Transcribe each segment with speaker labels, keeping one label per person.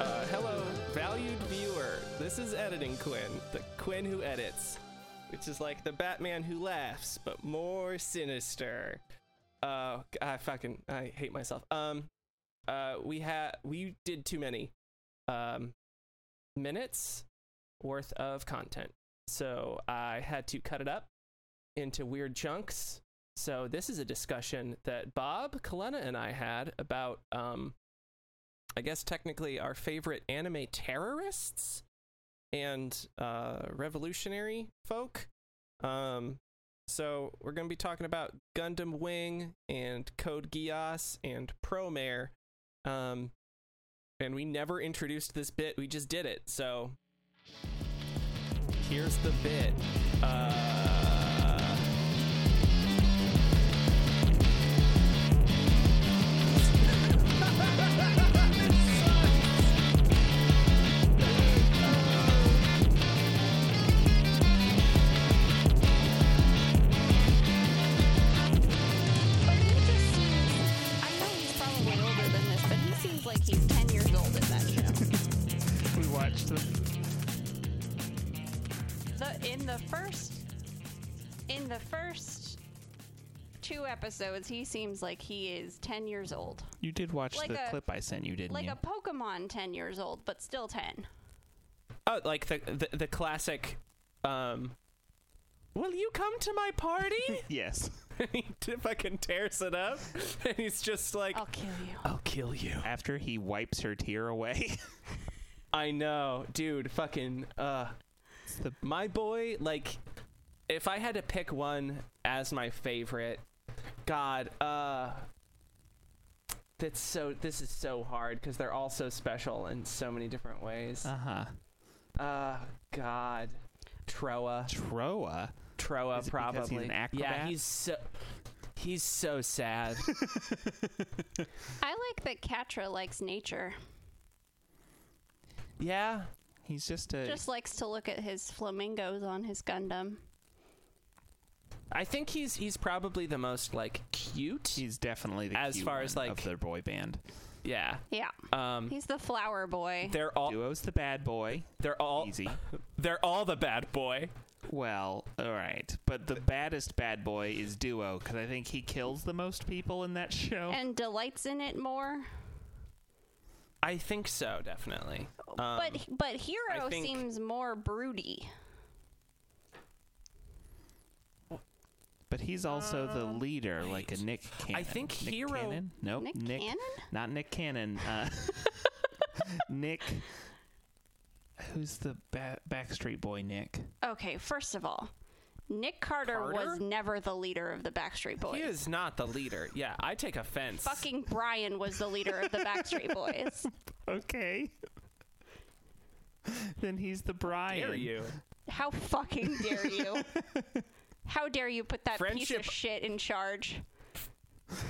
Speaker 1: Uh, Valued viewer, this is editing Quinn, the Quinn who edits, which is like the Batman who laughs, but more sinister. Uh, I fucking I hate myself. Um, uh, we had we did too many, um, minutes worth of content, so I had to cut it up into weird chunks. So this is a discussion that Bob Kalena and I had about um, I guess technically our favorite anime terrorists and uh, revolutionary folk. Um, so we're going to be talking about Gundam Wing and Code Geass and Promare. Um, and we never introduced this bit; we just did it. So here's the bit. Uh,
Speaker 2: But it just seems, I know he's probably older than this, but he seems like he's 10 years old in that show.
Speaker 3: We watched them.
Speaker 2: The, in the first, in the first two episodes, he seems like he is 10 years old.
Speaker 3: You did watch
Speaker 2: Like
Speaker 3: the
Speaker 2: a-
Speaker 3: clip I sent you, didn't
Speaker 2: Like
Speaker 3: you?
Speaker 2: a Pokemon 10 years old, but still 10.
Speaker 1: Oh, like the the, the classic. Um, Will you come to my party?
Speaker 3: yes.
Speaker 1: he t- fucking tears it up, and he's just like,
Speaker 2: I'll kill you.
Speaker 1: "I'll kill you."
Speaker 3: After he wipes her tear away.
Speaker 1: I know, dude. Fucking uh,
Speaker 3: the-
Speaker 1: my boy. Like, if I had to pick one as my favorite, God, uh, that's so. This is so hard because they're all so special in so many different ways.
Speaker 3: uh huh.
Speaker 1: Uh, God, Troa.
Speaker 3: Troa.
Speaker 1: Troa
Speaker 3: Is it
Speaker 1: probably.
Speaker 3: because he's an
Speaker 1: Yeah,
Speaker 3: acrobat?
Speaker 1: he's so he's so sad.
Speaker 2: I like that Catra likes nature.
Speaker 1: yeah.
Speaker 3: He's just a.
Speaker 2: Just likes to look at his flamingos on his Gundam.
Speaker 1: I think he's he's probably the most like cute.
Speaker 3: he's definitely the
Speaker 1: As
Speaker 3: cute
Speaker 1: far as,
Speaker 3: one
Speaker 1: like-
Speaker 3: of their boy band.
Speaker 1: Yeah.
Speaker 2: Yeah.
Speaker 1: Um
Speaker 2: He's the flower boy.
Speaker 1: they're all
Speaker 3: Duo's the bad boy.
Speaker 1: they're all
Speaker 3: Easy.
Speaker 1: they're all the bad boy.
Speaker 3: Well, all right, but the baddest bad boy is Duo because I think he kills the most people in that show.
Speaker 2: And delights in it more.
Speaker 1: I think so, definitely. Um,
Speaker 2: Oh, but but hero
Speaker 1: think-
Speaker 2: seems more broody.
Speaker 3: but he's also the leader, like a Nick Cannon.
Speaker 1: Oh. think
Speaker 3: Nick
Speaker 1: Hero-
Speaker 3: Cannon? Nope.
Speaker 2: Nick Cannon?
Speaker 3: Not Nick Cannon. Uh, Nick. Who's the ba- Backstreet Boy? Nick.
Speaker 2: Okay, first of all, Nick Carter, was
Speaker 1: Carter?
Speaker 2: never the leader of the Backstreet Boys.
Speaker 1: he is not the leader. Yeah, I take offense.
Speaker 2: Fucking Brian was the leader of the Backstreet Boys.
Speaker 3: Okay. then he's the Brian.
Speaker 1: dare you.
Speaker 2: How fucking dare you? How dare you put that
Speaker 1: Friendship-
Speaker 2: piece of shit in charge?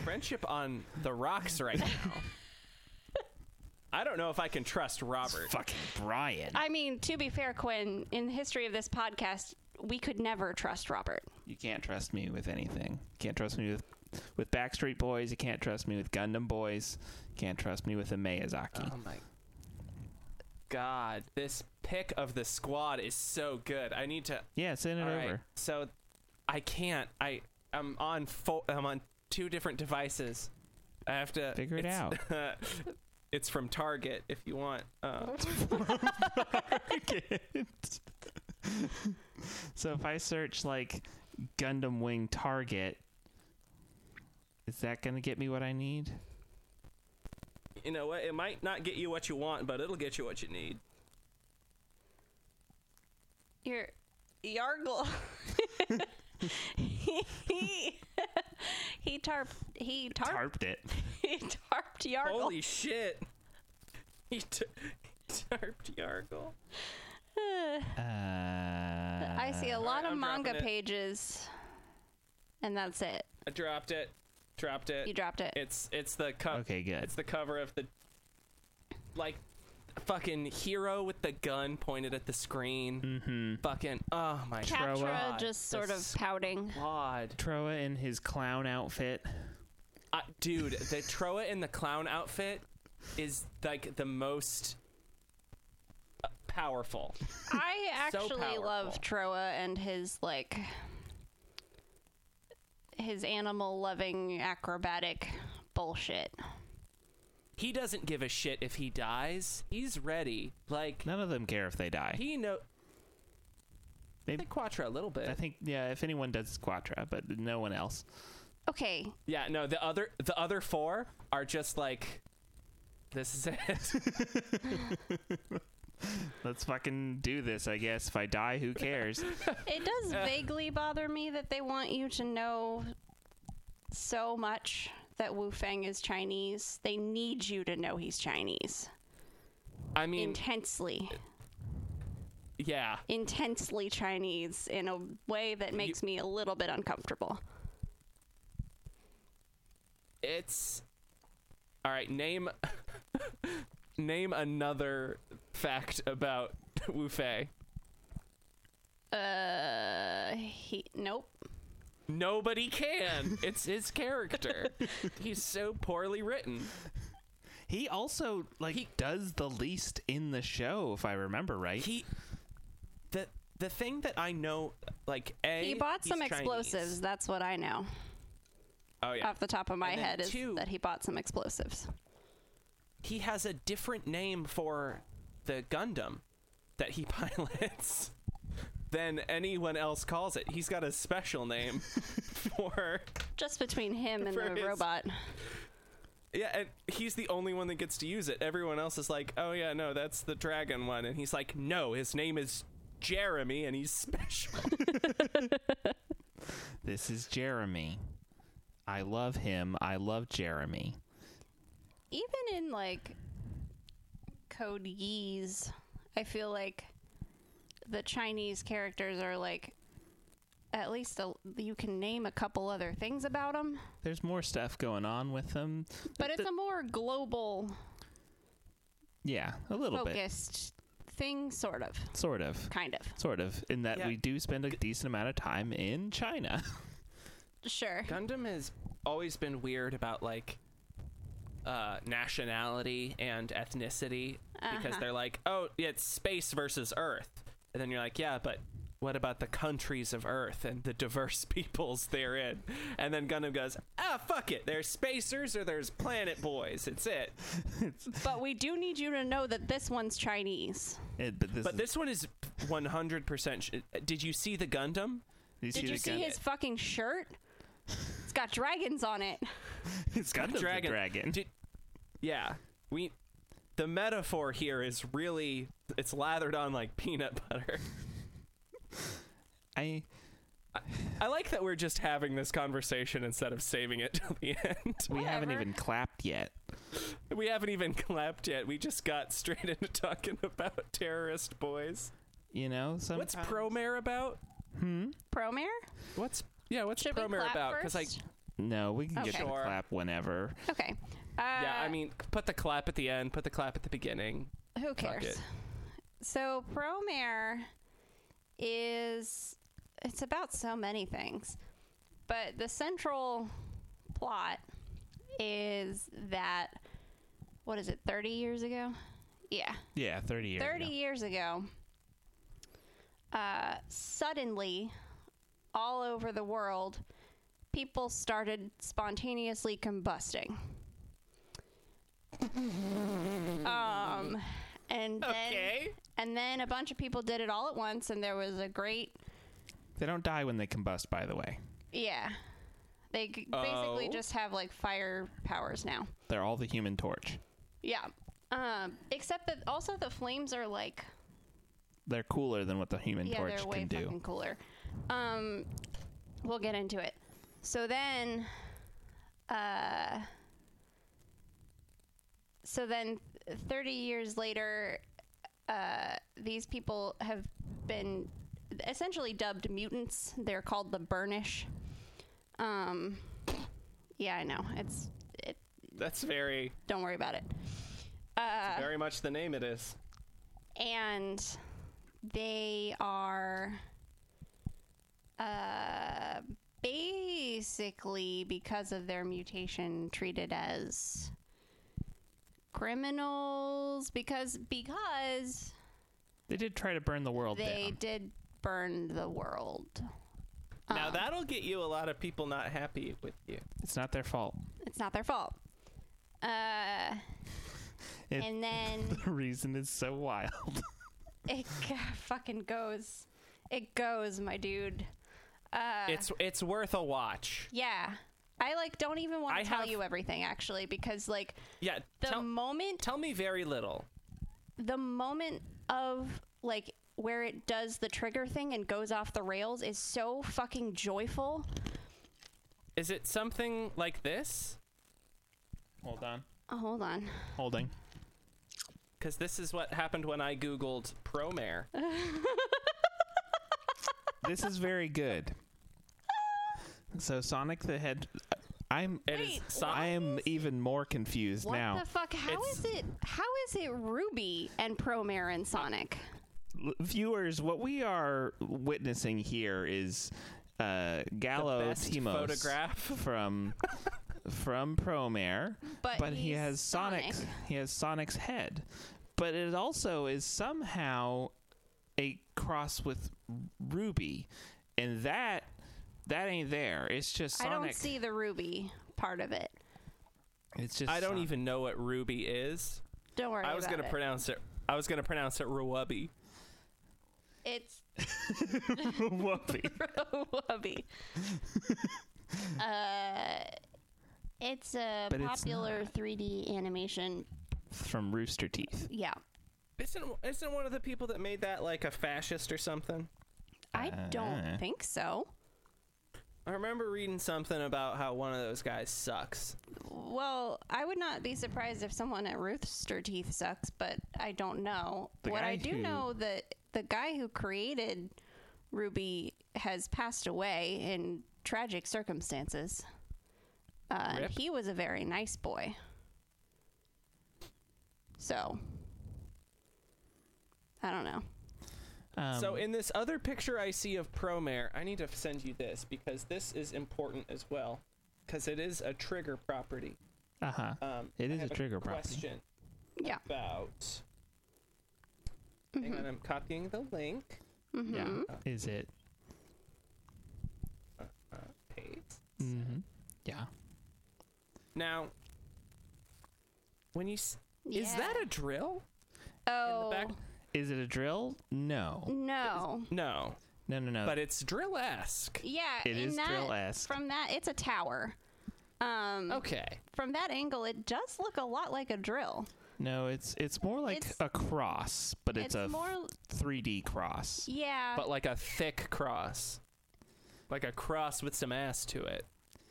Speaker 1: Friendship on the rocks right now. I don't know if I can trust Robert.
Speaker 3: Fucking Brian.
Speaker 2: I mean, to be fair, Quinn, in the history of this podcast, we could never trust Robert.
Speaker 3: You can't trust me with anything. Can't trust me with with Backstreet Boys. You can't trust me with Gundam Boys. Can't trust me with a Miyazaki.
Speaker 1: Oh my god, this pick of the squad is so good. I need to.
Speaker 3: yeah, send it
Speaker 1: All right,
Speaker 3: over.
Speaker 1: so I can't. I I'm on fo- I'm on two different devices. I have to
Speaker 3: Figure it
Speaker 1: it's-
Speaker 3: out.
Speaker 1: it's from Target if you want. Uh,
Speaker 3: so if I search like Gundam Wing Target, is that going to get me what I need?
Speaker 1: you know what? It might not get you what you want, but it'll get you what you need.
Speaker 2: Your Yargle. he, he tarp he tarp
Speaker 3: Tarped it.
Speaker 2: he tarped Yargle.
Speaker 1: Holy shit! He t- tarped Yargle.
Speaker 3: Uh,
Speaker 2: I see a
Speaker 1: Alright,
Speaker 2: lot of
Speaker 1: I'm dropping
Speaker 2: manga
Speaker 1: it.
Speaker 2: pages, and that's it.
Speaker 1: I dropped it. Dropped it.
Speaker 2: You dropped it.
Speaker 1: It's it's the cup.
Speaker 3: okay, good.
Speaker 1: It's the cover of the like fucking hero with the gun pointed at the screen. Mm-hmm. Fucking oh my
Speaker 2: Catra
Speaker 1: god,
Speaker 2: just sort
Speaker 1: the
Speaker 2: of pouting.
Speaker 1: squad.
Speaker 3: Troa in his clown outfit.
Speaker 1: Uh, dude, the Troa in the clown outfit is like the most uh, powerful.
Speaker 2: I
Speaker 1: So
Speaker 2: actually love
Speaker 1: powerful.
Speaker 2: Troa and his like his animal loving acrobatic bullshit.
Speaker 1: He doesn't give a shit if he dies. He's ready. Like
Speaker 3: None of them care if they die.
Speaker 1: he know. I
Speaker 3: Maybe,
Speaker 1: think Quatra a little bit.
Speaker 3: I think yeah. If anyone does, it's Quatra, but no one else.
Speaker 2: Okay,
Speaker 1: Yeah, no, the other the other four are just like this is it.
Speaker 3: Let's fucking do this. I guess if I die, who cares?
Speaker 2: it does vaguely bother me that they want you to know so much that Wu Feng is Chinese. They need you to know he's Chinese
Speaker 1: I mean,
Speaker 2: intensely,
Speaker 1: yeah.
Speaker 2: intensely Chinese in a way that makes me a little bit uncomfortable.
Speaker 1: It's All right, name name another fact about Wu Fei.
Speaker 2: Uh, he nope.
Speaker 1: Nobody can. It's his character. He's so poorly written.
Speaker 3: he also like
Speaker 1: He-
Speaker 3: does the least in the show, if I remember right.
Speaker 1: He the the thing that I know like A
Speaker 2: He bought
Speaker 1: he's
Speaker 2: some
Speaker 1: Chinese.
Speaker 2: explosives. Uh, That's what I know
Speaker 1: Oh yeah.
Speaker 2: off the top of my
Speaker 1: And then
Speaker 2: head is
Speaker 1: two-
Speaker 2: that he bought some explosives.
Speaker 1: he has a different name for the Gundam that he pilots than anyone else calls it. He's got a special name for
Speaker 2: Just between him and
Speaker 1: For
Speaker 2: the
Speaker 1: his-
Speaker 2: robot.
Speaker 1: yeah, and he's the only one that gets to use it. Everyone else is like, "Oh yeah, no, that's the dragon one." And he's like, "No, his name is Jeremy and he's special."
Speaker 3: this is Jeremy. I love him. I love Jeremy.
Speaker 2: Even in like Code Geass, I feel like the Chinese characters are like at least a, you can name a couple other things about them,
Speaker 3: There's more stuff going on with him.
Speaker 2: but it's a more global
Speaker 3: Yeah, a little
Speaker 2: focused thing, sort of,
Speaker 3: bit. Sort of.
Speaker 2: kind of.
Speaker 3: Sort of. In that
Speaker 1: Yeah.
Speaker 3: we do spend a decent amount of time in China.
Speaker 2: Sure.
Speaker 1: Gundam has always been weird about like uh, nationality and ethnicity because they're like, oh, it's space versus Earth, and then you're like, yeah, but what about the countries of Earth and the diverse peoples therein? And then Gundam goes, ah, fuck it, there's spacers or there's planet boys. It's it.
Speaker 2: But we do need you to know that this one's Chinese.
Speaker 3: It- but this,
Speaker 1: But
Speaker 3: is-
Speaker 1: this one is 100%. Sh- did you see the Gundam?
Speaker 3: you
Speaker 2: Did
Speaker 3: the
Speaker 2: you see
Speaker 3: gun-
Speaker 2: his fucking shirt? It's got dragons on it.
Speaker 3: It's Gundam's a
Speaker 1: dragon.
Speaker 3: dragon.
Speaker 1: Did- yeah, we. The metaphor here is really it's lathered on like peanut butter.
Speaker 3: I
Speaker 1: I like that we're just having this conversation instead of saving it till the end.
Speaker 3: we haven't
Speaker 2: Whatever.
Speaker 3: even clapped yet.
Speaker 1: We haven't even clapped yet. We just got straight into talking about terrorist boys.
Speaker 3: You know, some
Speaker 1: What's
Speaker 2: Uh-huh.
Speaker 1: Promare about?
Speaker 2: Promare?
Speaker 1: What's yeah? What's
Speaker 2: Should we
Speaker 1: Promare
Speaker 2: clap
Speaker 1: about?
Speaker 2: first?
Speaker 1: I
Speaker 3: No, we can get to the
Speaker 1: Sure.
Speaker 3: clap whenever.
Speaker 2: Okay. Uh,
Speaker 1: yeah, I mean, put the clap at the end. Put the clap at the beginning.
Speaker 2: who
Speaker 1: Fuck
Speaker 2: cares?
Speaker 1: it.
Speaker 2: So Promare is it's about so many things. But the central plot is that what is it, 30 years ago? Yeah.
Speaker 3: Yeah, 30 years.
Speaker 2: 30
Speaker 3: ago.
Speaker 2: years ago, uh, suddenly, all over the world, people started spontaneously combusting. um, and then,
Speaker 1: Okay.
Speaker 2: and then a bunch of people did it all at once, and there was a great,
Speaker 3: They don't die when they combust, by the way.
Speaker 2: yeah. They g- basically
Speaker 1: Oh.
Speaker 2: just have like fire powers now.
Speaker 3: They're all the human torch.
Speaker 2: Yeah. Um, except that also the flames are like
Speaker 3: They're cooler than what the human
Speaker 2: yeah,
Speaker 3: torch
Speaker 2: they're way
Speaker 3: can do.
Speaker 2: fucking cooler. Um, we'll get into it. So then, uh, so then, thirty years later, uh, these people have been essentially dubbed mutants. They're called the Burnish. Um, yeah, I know. It's it.
Speaker 1: That's very
Speaker 2: Don't worry about it. Uh,
Speaker 1: very much the name it is.
Speaker 2: and they are uh, basically because of their mutation treated as criminals because because
Speaker 3: They did try to burn the world
Speaker 2: they
Speaker 3: down.
Speaker 2: did burn the world.
Speaker 1: Now
Speaker 2: Um,
Speaker 1: that'll get you a lot of people not happy with you.
Speaker 3: It's not their fault.
Speaker 2: it's not their fault. Uh,
Speaker 3: It-
Speaker 2: and then
Speaker 3: The reason it's so wild.
Speaker 2: it g- fucking goes. It goes, my dude. Uh,
Speaker 1: It's it's worth a watch.
Speaker 2: yeah. I like don't even want
Speaker 1: I
Speaker 2: to tell
Speaker 1: have-
Speaker 2: you everything actually because like
Speaker 1: Yeah.
Speaker 2: the
Speaker 1: Tell,
Speaker 2: moment
Speaker 1: tell me very little.
Speaker 2: the moment of like where it does the trigger thing and goes off the rails is so fucking joyful.
Speaker 1: Is it something like this?
Speaker 3: Hold on.
Speaker 2: Oh, hold on.
Speaker 3: Holding.
Speaker 1: Because this is what happened when I googled Promare.
Speaker 3: this is very good. So Sonic the Hedge. I'm.
Speaker 1: It is
Speaker 2: Wait,
Speaker 1: so-
Speaker 3: I am even more confused
Speaker 2: What
Speaker 3: now.
Speaker 2: the fuck? How
Speaker 1: It's-
Speaker 2: is it? How is it Ruby and Promare and Sonic?
Speaker 3: L- viewers, what we are witnessing here is uh, Gallo
Speaker 1: best
Speaker 3: Timos
Speaker 1: photograph.
Speaker 3: from from Promare,
Speaker 2: But
Speaker 3: he
Speaker 2: he's
Speaker 3: has Sonic's
Speaker 2: Sonic.
Speaker 3: he has Sonic's head, but it also is somehow a cross with Ruby, and that that ain't there. It's just Sonic.
Speaker 2: I don't see the Ruby part of it.
Speaker 3: It's just
Speaker 1: I don't
Speaker 3: Son-
Speaker 1: even know what Ruby is.
Speaker 2: Don't worry.
Speaker 1: I was
Speaker 2: about
Speaker 1: gonna
Speaker 2: it.
Speaker 1: pronounce it. I was gonna pronounce it Ruwabi.
Speaker 2: It's
Speaker 3: Whoopee.
Speaker 2: Wubby. uh, it's a
Speaker 3: But it's
Speaker 2: popular 3D animation.
Speaker 3: from Rooster Teeth.
Speaker 2: Yeah,
Speaker 1: Isn't isn't one of the people that made that like a fascist or something?
Speaker 2: I
Speaker 3: Ah.
Speaker 2: don't think so.
Speaker 1: I remember reading something about how one of those guys sucks.
Speaker 2: Well, I would not be surprised if someone at Rooster Teeth sucks, but I don't know.
Speaker 3: The
Speaker 2: what I do
Speaker 3: guy who-
Speaker 2: know that the guy who created Ruby has passed away in tragic circumstances. Uh, and
Speaker 1: Rip.
Speaker 2: he was a very nice boy. So I don't know.
Speaker 3: Um,
Speaker 1: so in this other picture I see of Promare, I need to send you this because this is important as well, because it is a trigger property.
Speaker 3: uh huh.
Speaker 1: Um,
Speaker 3: It
Speaker 1: I
Speaker 3: is a
Speaker 1: have
Speaker 3: trigger property.
Speaker 1: question
Speaker 2: Yeah.
Speaker 1: about. Hang on, I'm copying the link.
Speaker 2: Mm-hmm.
Speaker 3: Yeah. Is it?
Speaker 1: Uh, paste.
Speaker 3: Mm-hmm. Yeah.
Speaker 1: Now, when you s- is
Speaker 2: Yeah.
Speaker 1: that a drill?
Speaker 2: Oh
Speaker 1: back?
Speaker 3: Is it a drill? No.
Speaker 2: no.
Speaker 1: No,
Speaker 3: No. No. No.
Speaker 1: but it's drill esque.
Speaker 2: Yeah,
Speaker 3: It
Speaker 2: in
Speaker 3: is
Speaker 2: that,
Speaker 3: drill-esque.
Speaker 2: From that, it's a tower. Um,
Speaker 1: Okay.
Speaker 2: from that angle, it does look a lot like a drill.
Speaker 3: no. It's it's more like
Speaker 2: It's-
Speaker 3: a cross, but
Speaker 2: It's,
Speaker 3: it's, a
Speaker 2: more,
Speaker 3: 3D cross.
Speaker 2: yeah,
Speaker 1: But like a thick cross. Like a cross with some ass to it.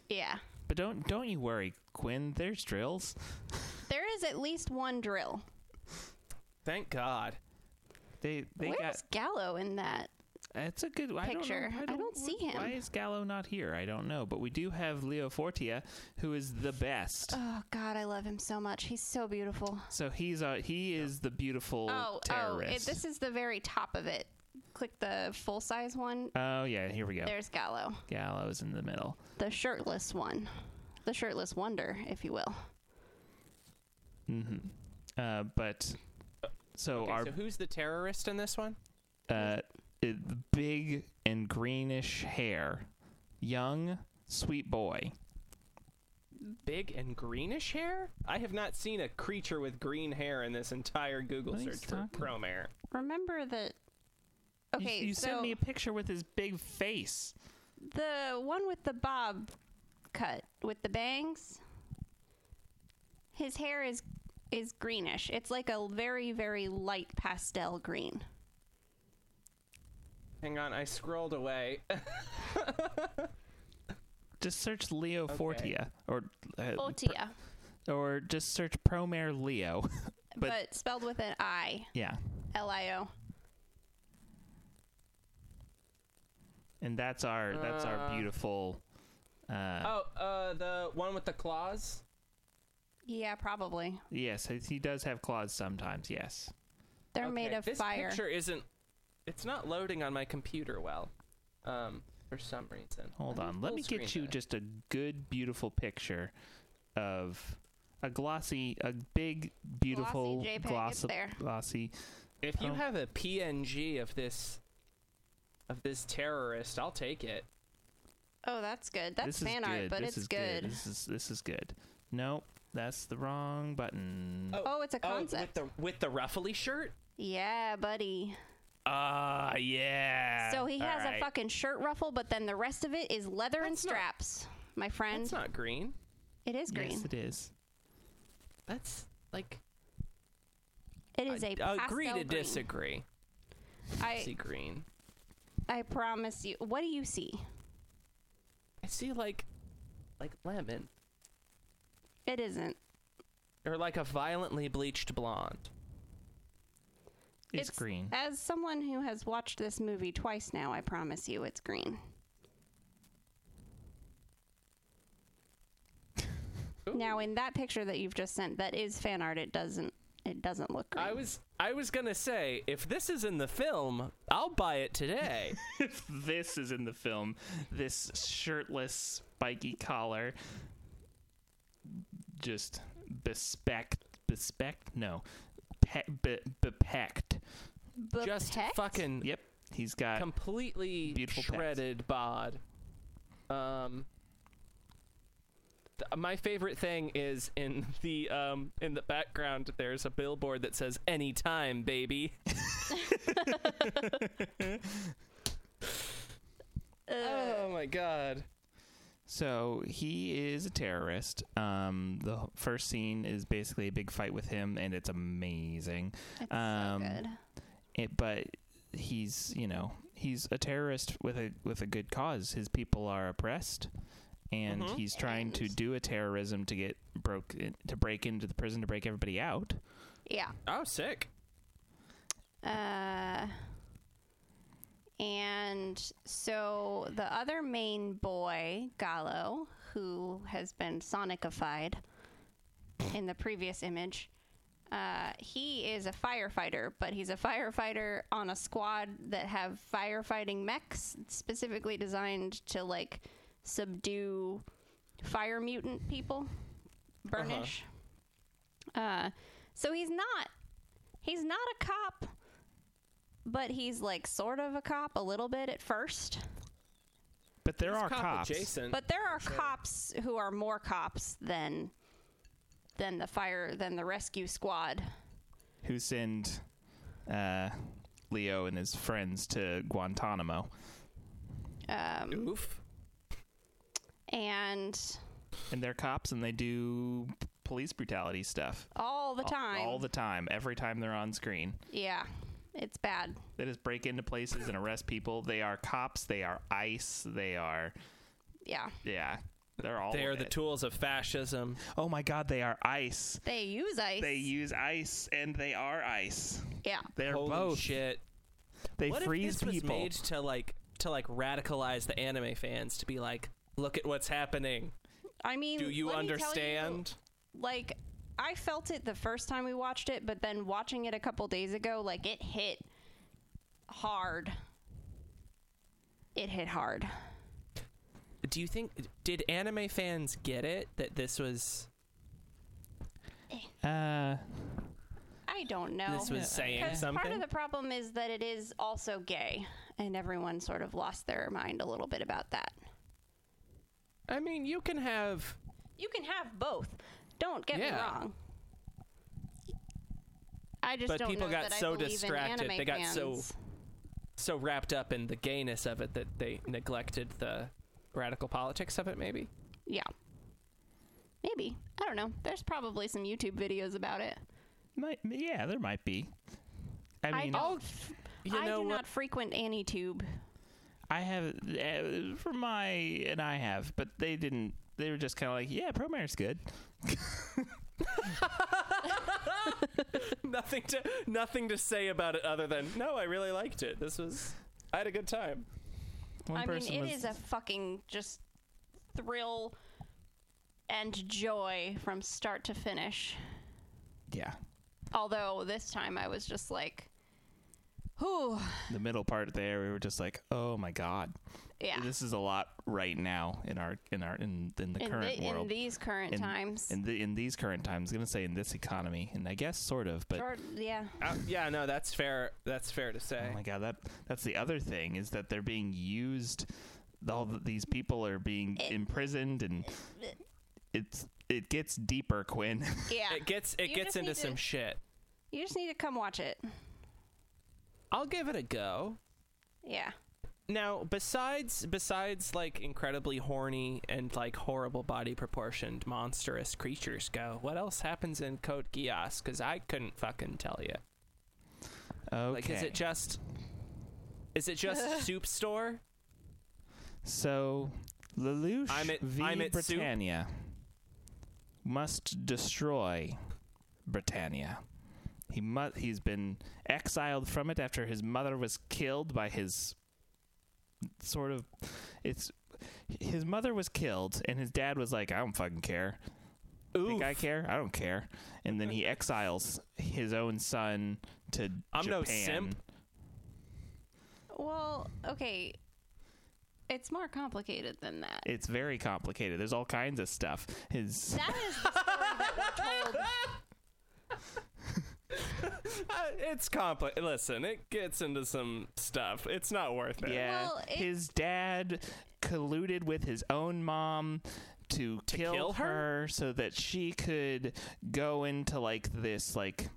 Speaker 2: yeah.
Speaker 3: But don't don't you worry, Quinn. There's drills.
Speaker 2: There is at least one drill.
Speaker 1: Thank God.
Speaker 3: They they
Speaker 2: Where's
Speaker 3: got.
Speaker 2: Gallo in that?
Speaker 3: It's a good I don't know-
Speaker 2: Picture. I don't see him.
Speaker 3: Why is Gallo not here? I don't know. But we do have Leo Fortia, who is the best.
Speaker 2: Oh God, I love him so much. He's so beautiful.
Speaker 3: so he's uh he is the beautiful
Speaker 2: Oh, oh, it,
Speaker 3: terrorist.
Speaker 2: this is the very top of it. Click the full size one.
Speaker 3: oh yeah. Here we go.
Speaker 2: There's Gallo,
Speaker 3: Gallo's in the middle.
Speaker 2: the shirtless one, the shirtless wonder, if you will.
Speaker 3: hmm Uh, but so
Speaker 1: Okay,
Speaker 3: our
Speaker 1: so who's the terrorist in this one?
Speaker 3: uh, it- the big and greenish hair, young sweet boy.
Speaker 1: Big and greenish hair? I have not seen a creature with green hair in this entire Google
Speaker 3: What are you
Speaker 1: search for
Speaker 3: talking-
Speaker 1: Promare.
Speaker 2: Remember that?
Speaker 3: You-
Speaker 2: Okay,
Speaker 3: you,
Speaker 2: so
Speaker 3: sent me a picture with his big face.
Speaker 2: the one with the bob cut with the bangs his hair is is greenish it's like a very very light pastel green
Speaker 1: Hang on, I scrolled away.
Speaker 3: Just search Leo Fortia or uh,
Speaker 2: otia
Speaker 3: pr- or just search Promare Leo.
Speaker 2: but,
Speaker 3: but-
Speaker 2: spelled with an i
Speaker 3: yeah,
Speaker 2: l-i-o
Speaker 3: and that's our that's our
Speaker 1: Uh.
Speaker 3: beautiful. Uh,
Speaker 1: oh, uh, the one with the claws?
Speaker 2: yeah probably
Speaker 3: Yes, he- he does have claws sometimes. Yes.
Speaker 2: they're made
Speaker 1: Okay,
Speaker 2: of
Speaker 1: this
Speaker 2: fire
Speaker 1: picture isn't. It's not loading on my computer well, um, for some reason.
Speaker 3: Hold on. Let
Speaker 1: full
Speaker 3: me
Speaker 1: screen
Speaker 3: get you
Speaker 1: that.
Speaker 3: just a good, beautiful picture of a glossy, a big, beautiful,
Speaker 2: JPEG, it's
Speaker 3: glossy,
Speaker 2: there.
Speaker 3: glossy
Speaker 1: If you
Speaker 3: Oh.
Speaker 1: have a PNG of this of this terrorist, I'll take it.
Speaker 2: Oh, that's good. That's
Speaker 3: this
Speaker 2: fan
Speaker 3: is
Speaker 2: art,
Speaker 3: good.
Speaker 2: but
Speaker 3: this
Speaker 2: it's
Speaker 3: is
Speaker 2: good.
Speaker 3: This is this is good. Nope, that's the wrong button.
Speaker 2: Oh, it's a
Speaker 1: with
Speaker 2: concept.
Speaker 1: the with the ruffly shirt.
Speaker 2: Yeah, buddy.
Speaker 3: Ah, yeah.
Speaker 2: So he
Speaker 3: All
Speaker 2: has a
Speaker 3: right.
Speaker 2: fucking shirt ruffle, but then the rest of it is leather and
Speaker 1: That's not-
Speaker 2: straps. My friend,
Speaker 1: That's not green.
Speaker 2: it is green.
Speaker 3: Yes, it is.
Speaker 1: That's like
Speaker 2: it is a
Speaker 1: I
Speaker 2: pastel
Speaker 1: agree to
Speaker 2: green.
Speaker 1: disagree. I see
Speaker 2: I
Speaker 1: green.
Speaker 2: I promise you. What do you see?
Speaker 1: I see like like lemon
Speaker 2: It isn't.
Speaker 1: or like a violently bleached blonde.
Speaker 3: It's, green.
Speaker 2: As someone who has watched this movie twice now, I promise you, it's green. Now, in that picture that you've just sent, that is fan art. It doesn't. It doesn't look green.
Speaker 1: I was I was gonna say if this is in the film, I'll buy it today.
Speaker 3: if this is in the film, this shirtless, spiky collar, just bespecked, bespecked, no, pe- be- bepecked.
Speaker 1: Just
Speaker 2: Bepecked?
Speaker 1: fucking
Speaker 3: Yep, he's got.
Speaker 1: completely
Speaker 3: Beautiful pecs.
Speaker 1: shredded bod. Um, th- my favorite thing is in the um in the background. There's a billboard that says "Anytime, baby." oh my god!
Speaker 3: so he is a terrorist. Um, the h- first scene is basically a big fight with him, and it's amazing.
Speaker 2: It's
Speaker 3: um,
Speaker 2: so good.
Speaker 3: it, but he's you know he's a terrorist with a with a good cause. His people are oppressed, and
Speaker 1: Mhm.
Speaker 3: he's trying to
Speaker 2: And-
Speaker 3: do a terrorism to get broke in, to break into the prison to break everybody out.
Speaker 2: Yeah.
Speaker 1: Oh, sick!
Speaker 2: Uh, and so the other main boy, Gallo, who has been sonicified in the previous image, uh, he is a firefighter, but he's a firefighter on a squad that have firefighting mechs specifically designed to like subdue fire mutant people, burnish. Uh, so he's not he's not a cop, but he's like sort of a cop a little bit at first.
Speaker 3: But there
Speaker 1: It's
Speaker 3: are
Speaker 1: cop
Speaker 3: cops.
Speaker 1: adjacent.
Speaker 2: But there are cops who are more cops than than the fire than the rescue squad.
Speaker 3: who send uh, Leo and his friends to Guantanamo.
Speaker 2: Um,
Speaker 1: Oof!
Speaker 2: and
Speaker 3: And they're cops and they do p- police brutality stuff.
Speaker 2: all the time,
Speaker 3: All the time. Every time they're on screen.
Speaker 2: yeah, it's bad.
Speaker 3: They just break into places and arrest people. They are cops. They are ICE. They are,
Speaker 2: Yeah,
Speaker 3: yeah. They're all.
Speaker 1: They are
Speaker 3: of
Speaker 1: the
Speaker 3: it.
Speaker 1: tools of fascism.
Speaker 3: Oh my God, they are ICE.
Speaker 2: they use ice.
Speaker 3: They use ICE and they are ICE.
Speaker 2: yeah,
Speaker 3: They're
Speaker 1: Holy
Speaker 3: both.
Speaker 1: shit!
Speaker 3: They
Speaker 1: what
Speaker 3: freeze
Speaker 1: if this
Speaker 3: people.
Speaker 1: was made to like to like radicalize the anime fans to be like, look at what's happening.
Speaker 2: I mean,
Speaker 1: Do you
Speaker 2: let me tell
Speaker 1: understand?
Speaker 2: like I felt it the first time we watched it, but then watching it a couple days ago, like it hit hard. It hit hard.
Speaker 1: Do you think did anime fans get it that this was
Speaker 3: uh,
Speaker 2: I don't know.
Speaker 1: this was saying
Speaker 2: 'Cause part
Speaker 1: something?
Speaker 2: of the problem is that it is also gay, and everyone sort of lost their mind a little bit about that.
Speaker 1: I mean, you can have
Speaker 2: You can have both. Don't get me
Speaker 1: Yeah.
Speaker 2: wrong. I just
Speaker 1: But
Speaker 2: don't
Speaker 1: people
Speaker 2: know
Speaker 1: got
Speaker 2: that I
Speaker 1: so
Speaker 2: believe in
Speaker 1: distracted,
Speaker 2: anime
Speaker 1: they got so-
Speaker 2: fans.
Speaker 1: so wrapped up in the gayness of it that they neglected the radical politics of it. Maybe
Speaker 2: yeah. Maybe I don't know. There's probably some YouTube videos about it.
Speaker 3: might, yeah, there might be. I
Speaker 2: I
Speaker 3: mean,
Speaker 2: don't.
Speaker 1: you
Speaker 2: I
Speaker 1: know
Speaker 2: do
Speaker 1: what?
Speaker 2: not frequent AnyTube.
Speaker 3: I have uh, for my and I have, but they didn't. They were just kind of like, yeah, Promare's good.
Speaker 1: nothing to nothing to say about it other than no, I really liked it. This was I had a good time.
Speaker 3: One
Speaker 2: I mean, it is a fucking just thrill and joy from start to finish.
Speaker 3: yeah.
Speaker 2: Although this time I was just like, Whew.
Speaker 3: The middle part there, we were just like, oh my god,
Speaker 2: Yeah.
Speaker 3: this is a lot right now in our in our in in the
Speaker 2: in,
Speaker 3: current
Speaker 2: the- in
Speaker 3: world.
Speaker 2: these current
Speaker 3: in,
Speaker 2: times.
Speaker 3: in the in these current times, I'm gonna say in this economy, and I guess sort of, but
Speaker 2: Or- yeah.
Speaker 1: Uh, yeah, no, that's fair. That's fair to
Speaker 3: Oh
Speaker 1: say.
Speaker 3: my god, that that's the other thing is that they're being used. All th- these people are being imprisoned, and it's it gets deeper, Quinn.
Speaker 2: Yeah.
Speaker 1: It gets it
Speaker 2: You
Speaker 1: gets
Speaker 2: just need
Speaker 1: into
Speaker 2: to-
Speaker 1: some shit.
Speaker 2: you just need to come watch it.
Speaker 1: I'll give it a go.
Speaker 2: Yeah.
Speaker 1: Now, besides besides like incredibly horny and like horrible body proportioned monstrous creatures go, what else happens in Code Geass? Because I couldn't fucking tell you.
Speaker 3: okay,
Speaker 1: Like, is it just is it just soup store?
Speaker 3: so Lelouch
Speaker 1: I'm at-
Speaker 3: v
Speaker 1: I'm at soup.
Speaker 3: Britannia must destroy Britannia. He mu- he's been exiled from it after his mother was killed by his sort of it's his mother was killed and his dad was like I don't fucking care. Think I care? I don't care. And then he exiles his own son to
Speaker 1: I'm
Speaker 3: Japan.
Speaker 1: no simp.
Speaker 2: Well, okay. It's more complicated than that.
Speaker 3: It's very complicated. There's all kinds of stuff. His
Speaker 2: That is the story that we're told.
Speaker 1: Uh, it's complex. Listen, it gets into some stuff. It's not worth it.
Speaker 3: yeah,
Speaker 2: Well, it-
Speaker 3: his dad colluded with his own mom to, kill,
Speaker 1: kill her?
Speaker 3: so that she could go into like this like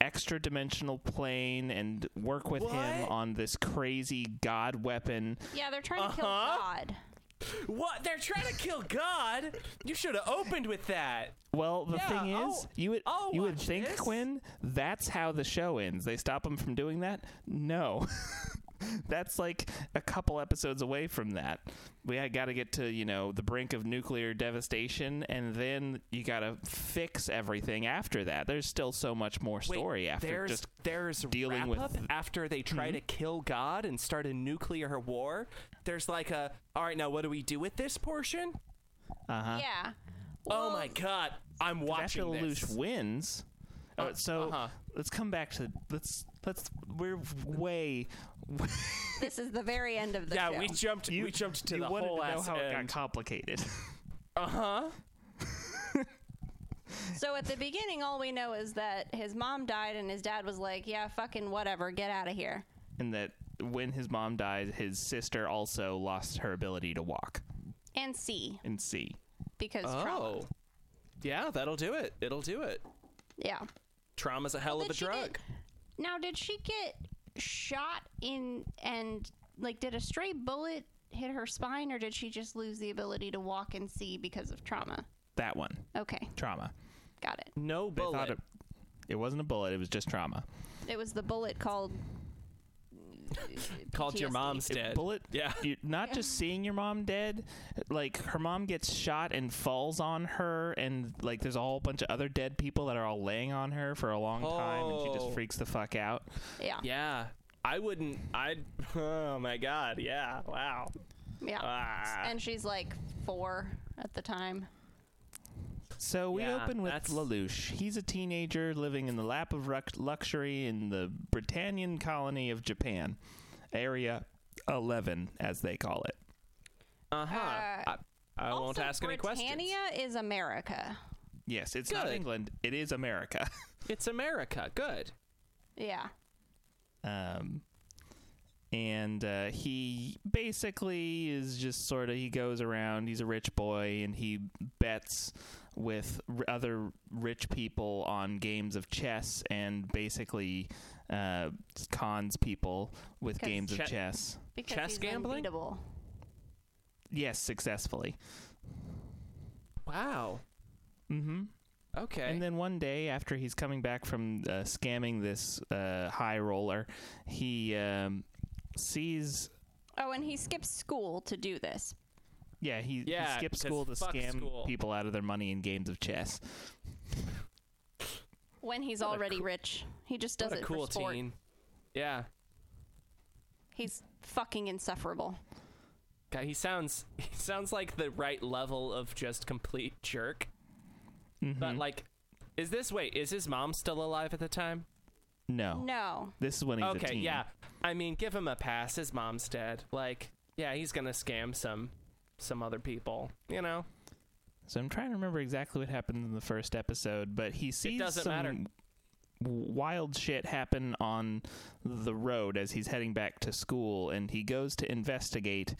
Speaker 3: extra dimensional plane and work with him
Speaker 1: What?
Speaker 3: on this crazy god weapon.
Speaker 2: Yeah, they're trying to kill
Speaker 1: Uh-huh.
Speaker 2: God.
Speaker 1: What? They're trying to kill God? You should have opened with that.
Speaker 3: Well, the
Speaker 1: Yeah,
Speaker 3: thing
Speaker 1: I'll-
Speaker 3: is, you would
Speaker 1: I'll
Speaker 3: you would
Speaker 1: watch
Speaker 3: think
Speaker 1: this.
Speaker 3: Quinn that's how the show ends. They stop him from doing that. No, that's like a couple episodes away from that. We got to get to you know the brink of nuclear devastation, and then you got to fix everything after that. There's still so much more
Speaker 1: Wait,
Speaker 3: story after
Speaker 1: there's,
Speaker 3: just
Speaker 1: there's
Speaker 3: dealing
Speaker 1: dealing
Speaker 3: with- Mm-hmm.
Speaker 1: with after they try to kill God and start a nuclear war. There's like a all right now what do we do with this portion?
Speaker 3: uh-huh.
Speaker 2: Yeah.
Speaker 1: oh my god, I'm
Speaker 3: after
Speaker 1: watching
Speaker 3: Lelouch
Speaker 1: this.
Speaker 3: wins. Uh, so
Speaker 1: uh-huh.
Speaker 3: let's come back to let's let's we're way
Speaker 2: This is the very end of the
Speaker 1: Yeah,
Speaker 2: show.
Speaker 1: we jumped. we jumped to
Speaker 3: you
Speaker 1: the
Speaker 3: wanted
Speaker 1: whole
Speaker 3: to know
Speaker 1: ass
Speaker 3: how it got
Speaker 1: end.
Speaker 3: complicated.
Speaker 1: uh huh.
Speaker 2: so at the beginning, all we know is that his mom died and his dad was like, yeah, fucking whatever, get out of here.
Speaker 3: and that when his mom died, his sister also lost her ability to walk
Speaker 2: And see,
Speaker 3: and see.
Speaker 2: because trauma.
Speaker 1: Oh, yeah, that'll do it. It'll do it.
Speaker 2: Yeah.
Speaker 1: Trauma's a hell of a
Speaker 2: But she
Speaker 1: drug.
Speaker 2: did- now, did she get shot in and, like, did a stray bullet hit her spine or did she just lose the ability to walk and see because of trauma?
Speaker 3: That one
Speaker 2: Okay,
Speaker 3: trauma.
Speaker 2: got it.
Speaker 1: No
Speaker 3: They
Speaker 1: bullet.
Speaker 3: thought it, it wasn't a bullet; it was just trauma.
Speaker 2: It was the bullet called.
Speaker 1: Called your
Speaker 2: PTSD.
Speaker 1: mom's
Speaker 3: It-
Speaker 1: dead.
Speaker 3: bullet.
Speaker 1: Yeah.
Speaker 3: you- not just seeing your mom dead. Like her mom gets shot and falls on her, and like there's a whole bunch of other dead people that are all laying on her for a long time, and she just
Speaker 1: Oh.
Speaker 3: freaks the fuck out.
Speaker 2: Yeah. Yeah.
Speaker 1: Yeah. I wouldn't. I'd. Oh my god. Yeah. Wow. Ah.
Speaker 2: And she's like four at the time.
Speaker 3: So we
Speaker 1: Yeah,
Speaker 3: open with
Speaker 1: that's-
Speaker 3: Lelouch. He's a teenager living in the lap of ruc- luxury in the Britannian colony of Japan, Area 11, as they call it.
Speaker 1: Uh-huh.
Speaker 2: Uh,
Speaker 1: I, I won't
Speaker 2: Also,
Speaker 1: ask any questions.
Speaker 2: Britannia is America.
Speaker 3: Yes, it's not
Speaker 1: Good.
Speaker 3: England, it is America.
Speaker 1: It's America. Good.
Speaker 2: Yeah.
Speaker 3: um, and uh, he basically is just sort of he goes around. He's a rich boy, and he bets with r- other rich people on games of chess, and basically uh, cons people with
Speaker 2: 'Cause-
Speaker 3: games of
Speaker 1: Che-
Speaker 3: chess.
Speaker 2: Because
Speaker 1: Chess
Speaker 2: he's
Speaker 1: gambling?
Speaker 2: unbeatable.
Speaker 3: Yes, successfully.
Speaker 1: Wow.
Speaker 3: Mm-hmm.
Speaker 1: Okay.
Speaker 3: And then one day, after he's coming back from uh, scamming this uh, high roller, he um, sees.
Speaker 2: Oh, and he skips school to do this.
Speaker 3: Yeah, he,
Speaker 1: Yeah,
Speaker 3: he skips
Speaker 1: 'cause
Speaker 3: school to
Speaker 1: fuck
Speaker 3: scam
Speaker 1: school.
Speaker 3: people out of their money in games of chess.
Speaker 2: When he's
Speaker 1: What a
Speaker 2: already
Speaker 1: coo-
Speaker 2: rich, he just does
Speaker 1: what a
Speaker 2: it
Speaker 1: cool
Speaker 2: for sport.
Speaker 1: teen. Yeah.
Speaker 2: He's fucking insufferable.
Speaker 1: God, he sounds he sounds like the right level of just complete
Speaker 3: Mm-hmm.
Speaker 1: jerk. But like is this wait, is his mom still alive at the time?
Speaker 3: No.
Speaker 2: No.
Speaker 3: This is when he's a
Speaker 1: okay,
Speaker 3: teen.
Speaker 1: yeah. I mean, give him a pass. His mom's dead. Like, yeah, he's gonna scam some some other people. You know,
Speaker 3: So I'm trying to remember exactly what happened in the first episode, but he sees
Speaker 1: doesn't
Speaker 3: some
Speaker 1: matter.
Speaker 3: wild shit happen on the road as he's heading back to school, and he goes to investigate.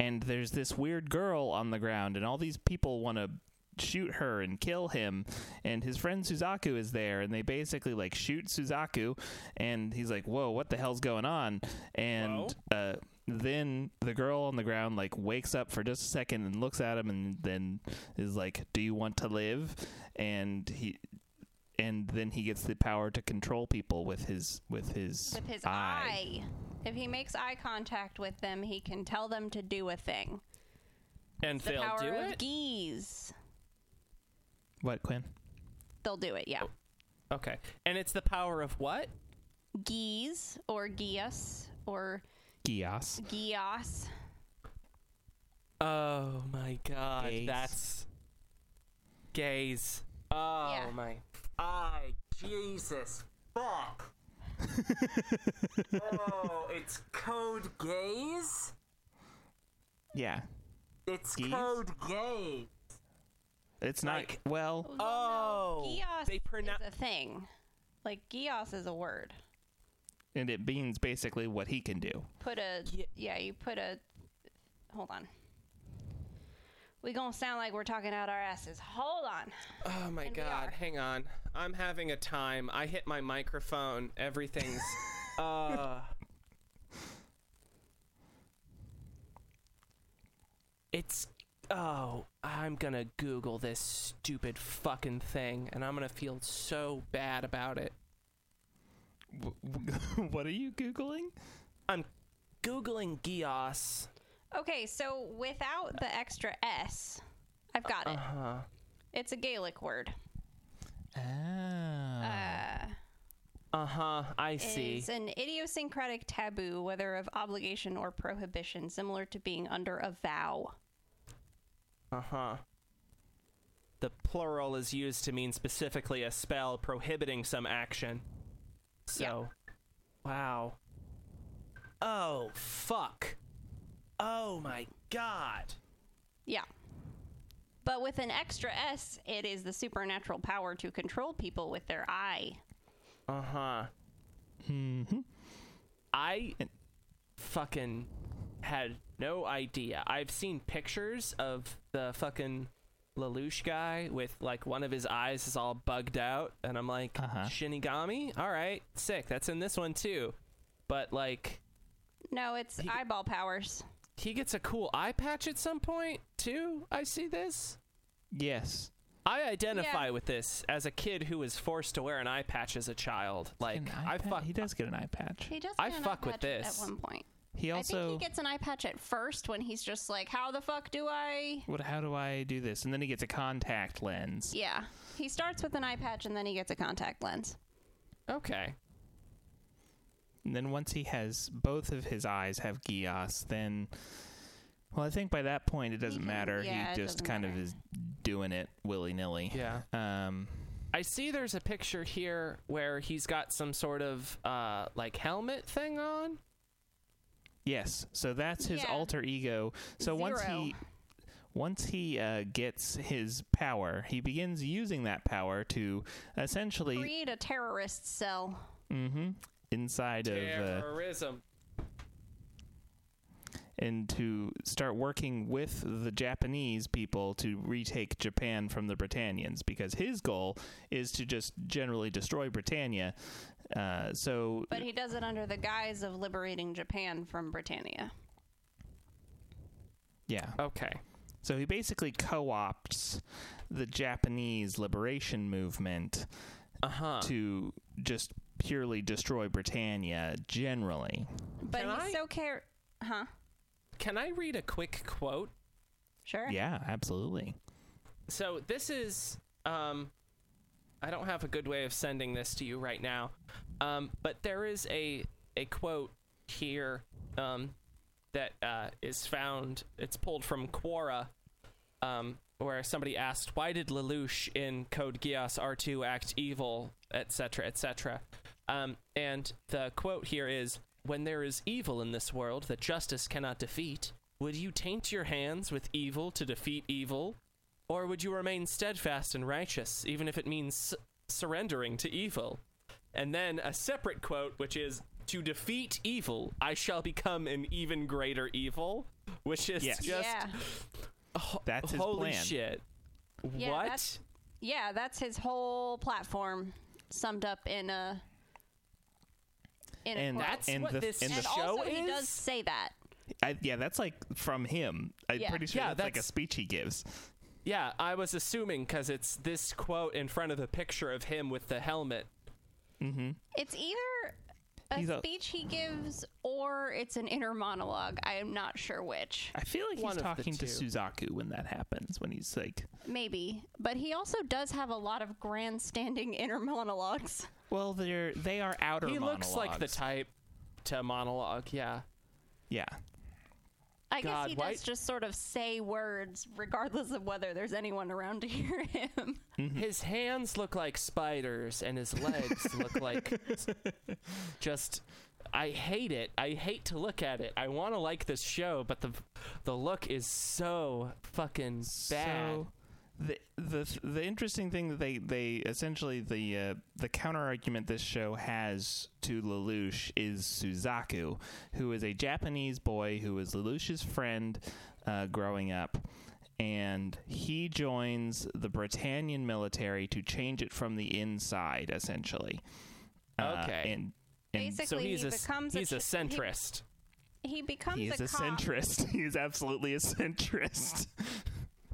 Speaker 3: And there's this weird girl on the ground, and all these people want to shoot her and kill him and his friend Suzaku is there and they basically like shoot Suzaku and he's like whoa what the hell's going on and uh then the girl on the ground like wakes up for just a second and looks at him and then is like do you want to live and he and then he gets the power to control people with his with his
Speaker 2: With his
Speaker 3: eye.
Speaker 2: eye. If he makes eye contact with them, he can tell them to do a thing.
Speaker 1: and
Speaker 2: The
Speaker 1: they'll
Speaker 2: power
Speaker 1: do
Speaker 2: of
Speaker 1: it.
Speaker 2: geese.
Speaker 3: What Quinn?
Speaker 2: They'll do it, yeah.
Speaker 1: okay, and it's the power of what?
Speaker 2: Geese or geas or
Speaker 3: Gias.
Speaker 2: geos.
Speaker 1: Oh my god,
Speaker 3: Gaze.
Speaker 1: that's gaze. Oh
Speaker 2: Yeah.
Speaker 1: my I Jesus fuck. oh, it's code gaze.
Speaker 3: Yeah.
Speaker 1: It's
Speaker 3: Gaze?
Speaker 1: code gaze.
Speaker 3: It's not
Speaker 1: Like-
Speaker 3: well
Speaker 1: Oh,
Speaker 2: geos
Speaker 1: they pronounce
Speaker 2: is a thing. Like geos is a word.
Speaker 3: and it means basically what he can do.
Speaker 2: Put a
Speaker 1: Ye-
Speaker 2: yeah, you put a hold on. We gonna sound like we're talking out our asses. Hold on.
Speaker 1: Oh my
Speaker 2: And we
Speaker 1: god,
Speaker 2: are.
Speaker 1: hang on. I'm having a time. I hit my microphone. Everything's uh It's oh, I'm going to Google this stupid fucking thing and I'm going to feel so bad about it.
Speaker 3: W- w- what are you googling?
Speaker 1: I'm googling Gios.
Speaker 2: Okay, so without the extra S, I've got it.
Speaker 1: Uh-huh.
Speaker 2: It's a Gaelic word.
Speaker 3: Ah.
Speaker 2: Uh,
Speaker 1: Uh-huh. I see.
Speaker 2: is an idiosyncratic taboo, whether of obligation or prohibition, similar to being under a vow.
Speaker 1: Uh huh. The plural is used to mean specifically a spell prohibiting some action. So, wow. Oh, fuck. Oh my god.
Speaker 2: Yeah. But with an extra S, it is the supernatural power to control people with their eye.
Speaker 1: Uh huh.
Speaker 3: Mhm.
Speaker 1: I fucking had no idea. I've seen pictures of the fucking Lelouch guy with like one of his eyes is all bugged out, and I'm like,
Speaker 3: Uh-huh.
Speaker 1: Shinigami? Alright, sick. That's in this one too. But like,
Speaker 2: No, it's eyeball powers.
Speaker 1: he gets a cool eye patch at some point too. I see this.
Speaker 3: Yes.
Speaker 1: I identify
Speaker 2: Yeah.
Speaker 1: with this as a kid who was forced to wear an eye patch as a child. Like
Speaker 3: An eye
Speaker 1: I
Speaker 3: pat-
Speaker 1: fuck.
Speaker 3: He does get an eye patch.
Speaker 2: He does.
Speaker 1: I
Speaker 2: get an
Speaker 1: fuck
Speaker 2: eye
Speaker 1: with
Speaker 2: patch at-
Speaker 1: this.
Speaker 2: At one point,
Speaker 3: He
Speaker 2: I
Speaker 3: also.
Speaker 2: think he gets an eye patch at first when he's just like, "How the fuck do I?"
Speaker 3: what? How do I do this? And then he gets a contact lens.
Speaker 2: Yeah, he starts with an eye patch and then he gets a contact lens.
Speaker 1: Okay.
Speaker 3: And then once he has both of his eyes have Gias, then. Well, I think by that point it doesn't
Speaker 2: can-
Speaker 3: matter.
Speaker 2: Mm-hmm. yeah, it
Speaker 3: he just
Speaker 2: doesn't
Speaker 3: kind
Speaker 2: matter.
Speaker 3: of is doing it willy nilly.
Speaker 1: Yeah.
Speaker 3: Um.
Speaker 1: I see there's a picture here where he's got some sort of uh like helmet thing on.
Speaker 3: Yes. So that's his
Speaker 2: Yeah.
Speaker 3: alter ego. So once
Speaker 2: Zero.
Speaker 3: he once he uh, gets his power, he begins using that power to essentially
Speaker 2: Create a terrorist cell.
Speaker 3: hmm inside of uh,
Speaker 1: Terrorism.
Speaker 3: and to start working with the Japanese people to retake Japan from the Britannians because his goal is to just generally destroy Britannia. Uh, so
Speaker 2: But he does it under the guise of liberating Japan from Britannia.
Speaker 3: yeah,
Speaker 1: Okay.
Speaker 3: so he basically co-opts the Japanese liberation movement
Speaker 1: Uh huh.
Speaker 3: to just purely destroy Britannia generally.
Speaker 2: But
Speaker 1: Can
Speaker 2: he's
Speaker 1: I-
Speaker 2: so care. Huh?
Speaker 1: Can I read a quick quote?
Speaker 2: Sure.
Speaker 3: Yeah, absolutely.
Speaker 1: so this is um i don't have a good way of sending this to you right now um but there is a a quote here um that uh is found it's pulled from quora um where somebody asked why did lelouch in code geass r2 act evil etc etc Um, and the quote here is When there is evil in this world that justice cannot defeat, would you taint your hands with evil to defeat evil? Or would you remain steadfast and righteous, even if it means s- surrendering to evil? And then a separate quote, which is To defeat evil, I shall become an even greater evil, which is
Speaker 3: Yes.
Speaker 1: just
Speaker 2: yeah,
Speaker 1: ho-
Speaker 3: That's his
Speaker 1: holy
Speaker 3: plan.
Speaker 1: shit.
Speaker 2: Yeah,
Speaker 1: what?
Speaker 2: that's- yeah, that's his whole platform summed up in a. In a
Speaker 3: And
Speaker 2: quote.
Speaker 1: That's
Speaker 3: And
Speaker 1: what
Speaker 3: the-
Speaker 1: this
Speaker 3: and the
Speaker 2: and
Speaker 3: sh-
Speaker 1: show
Speaker 2: also
Speaker 1: is.
Speaker 2: he does say that.
Speaker 3: I, yeah, that's like from him. I'm
Speaker 2: Yeah.
Speaker 3: pretty sure
Speaker 1: Yeah,
Speaker 3: that's, like a
Speaker 1: that's-
Speaker 3: speech he gives.
Speaker 1: Yeah, I was assuming because it's this quote in front of the picture of him with the helmet.
Speaker 2: It's either a
Speaker 3: He's a-
Speaker 2: speech he gives or it's an inner monologue. I am not sure which.
Speaker 3: I feel like
Speaker 1: One of
Speaker 3: he's
Speaker 1: the
Speaker 3: talking
Speaker 1: two.
Speaker 3: to Suzaku when that happens. When he's like,
Speaker 2: Maybe. But he also does have a lot of grandstanding inner monologues.
Speaker 3: "Well, they're they are outer."
Speaker 1: he looks like the
Speaker 3: monologues.
Speaker 1: type to monologue. Yeah,
Speaker 3: Yeah,
Speaker 2: I
Speaker 1: God,
Speaker 2: guess he
Speaker 1: why-
Speaker 2: does just sort of say words regardless of whether there's anyone around to hear him.
Speaker 3: Mm-hmm.
Speaker 1: his hands look like spiders, and his legs look like s- just. I hate it. I hate to look at it. I want to like this show, but the the look is so fucking bad.
Speaker 3: So the the the interesting thing that they they essentially the uh, the counter argument this show has to Lelouch is Suzaku, who is a Japanese boy who was Lelouch's friend uh, growing up. And he joins the Britannian military to change it from the inside, essentially. Uh,
Speaker 1: Okay.
Speaker 3: and, and
Speaker 1: so
Speaker 2: Basically,
Speaker 1: he's
Speaker 2: he
Speaker 1: a s-
Speaker 2: becomes a
Speaker 1: he's a
Speaker 2: tr- he-
Speaker 1: centrist.
Speaker 2: He becomes
Speaker 3: he is
Speaker 2: a,
Speaker 3: a
Speaker 2: cop.
Speaker 3: centrist. he is absolutely a centrist.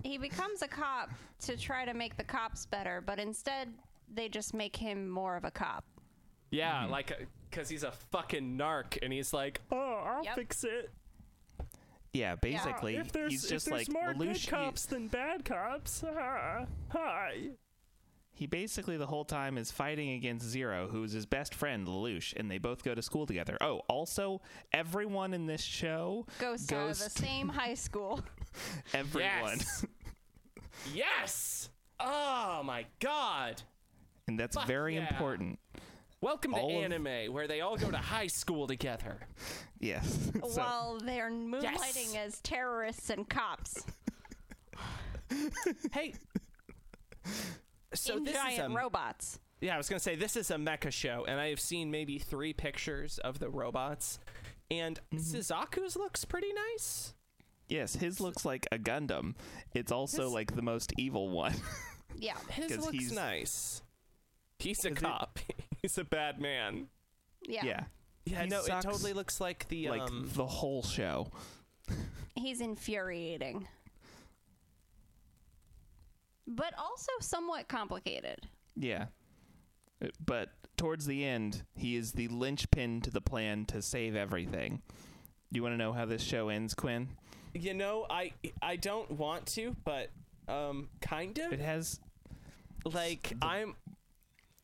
Speaker 2: He becomes a cop to try to make the cops better, but instead they just make him more of a cop.
Speaker 1: Yeah,
Speaker 3: Mm-hmm.
Speaker 1: like because he's a fucking narc, and he's like, oh, I'll
Speaker 2: Yep.
Speaker 1: fix it.
Speaker 3: Yeah, basically,
Speaker 1: If there's,
Speaker 3: he's just
Speaker 1: if
Speaker 3: like
Speaker 1: there's more
Speaker 3: Lelouch.
Speaker 1: good
Speaker 3: he-
Speaker 1: cops than bad cops, hi, hi.
Speaker 3: He basically the whole time is fighting against Zero, who is his best friend Lelouch, and they both go to school together. Oh, also, everyone in this show
Speaker 2: Ghost out of the
Speaker 3: goes.
Speaker 2: same high school.
Speaker 3: Everyone,
Speaker 1: Yes. yes. Oh my god.
Speaker 3: and that's
Speaker 1: Fuck
Speaker 3: very
Speaker 1: yeah.
Speaker 3: important.
Speaker 1: Welcome to
Speaker 3: All of-
Speaker 1: anime, where they all go to high school together.
Speaker 3: Yes. so,
Speaker 2: while they're moonlighting
Speaker 1: Yes.
Speaker 2: as terrorists and cops
Speaker 1: Hey. So
Speaker 2: in
Speaker 1: this is a
Speaker 2: giant robots.
Speaker 1: yeah. I was gonna say this is a mecha show, and I have seen maybe three pictures of the robots, and
Speaker 3: Mm-hmm.
Speaker 1: Suzaku's looks pretty nice.
Speaker 3: yes, his looks like a Gundam. It's also
Speaker 1: His-
Speaker 3: like the most evil one.
Speaker 2: Yeah.
Speaker 1: His
Speaker 3: 'Cause
Speaker 1: looks
Speaker 3: he's-
Speaker 1: nice. He's a
Speaker 3: it-
Speaker 1: cop. he's a bad man.
Speaker 2: Yeah.
Speaker 3: yeah.
Speaker 1: Yeah,
Speaker 3: He
Speaker 1: no,
Speaker 3: sucks
Speaker 1: it totally looks like the
Speaker 3: Like
Speaker 1: um,
Speaker 3: the whole show.
Speaker 2: He's infuriating. But also somewhat complicated.
Speaker 3: Yeah. Uh, But towards the end, he is the linchpin to the plan to save everything. You want to know how this show ends, Quinn?
Speaker 1: You know, I I don't want to, but um, kind
Speaker 3: It
Speaker 1: of.
Speaker 3: has
Speaker 1: Like I'm.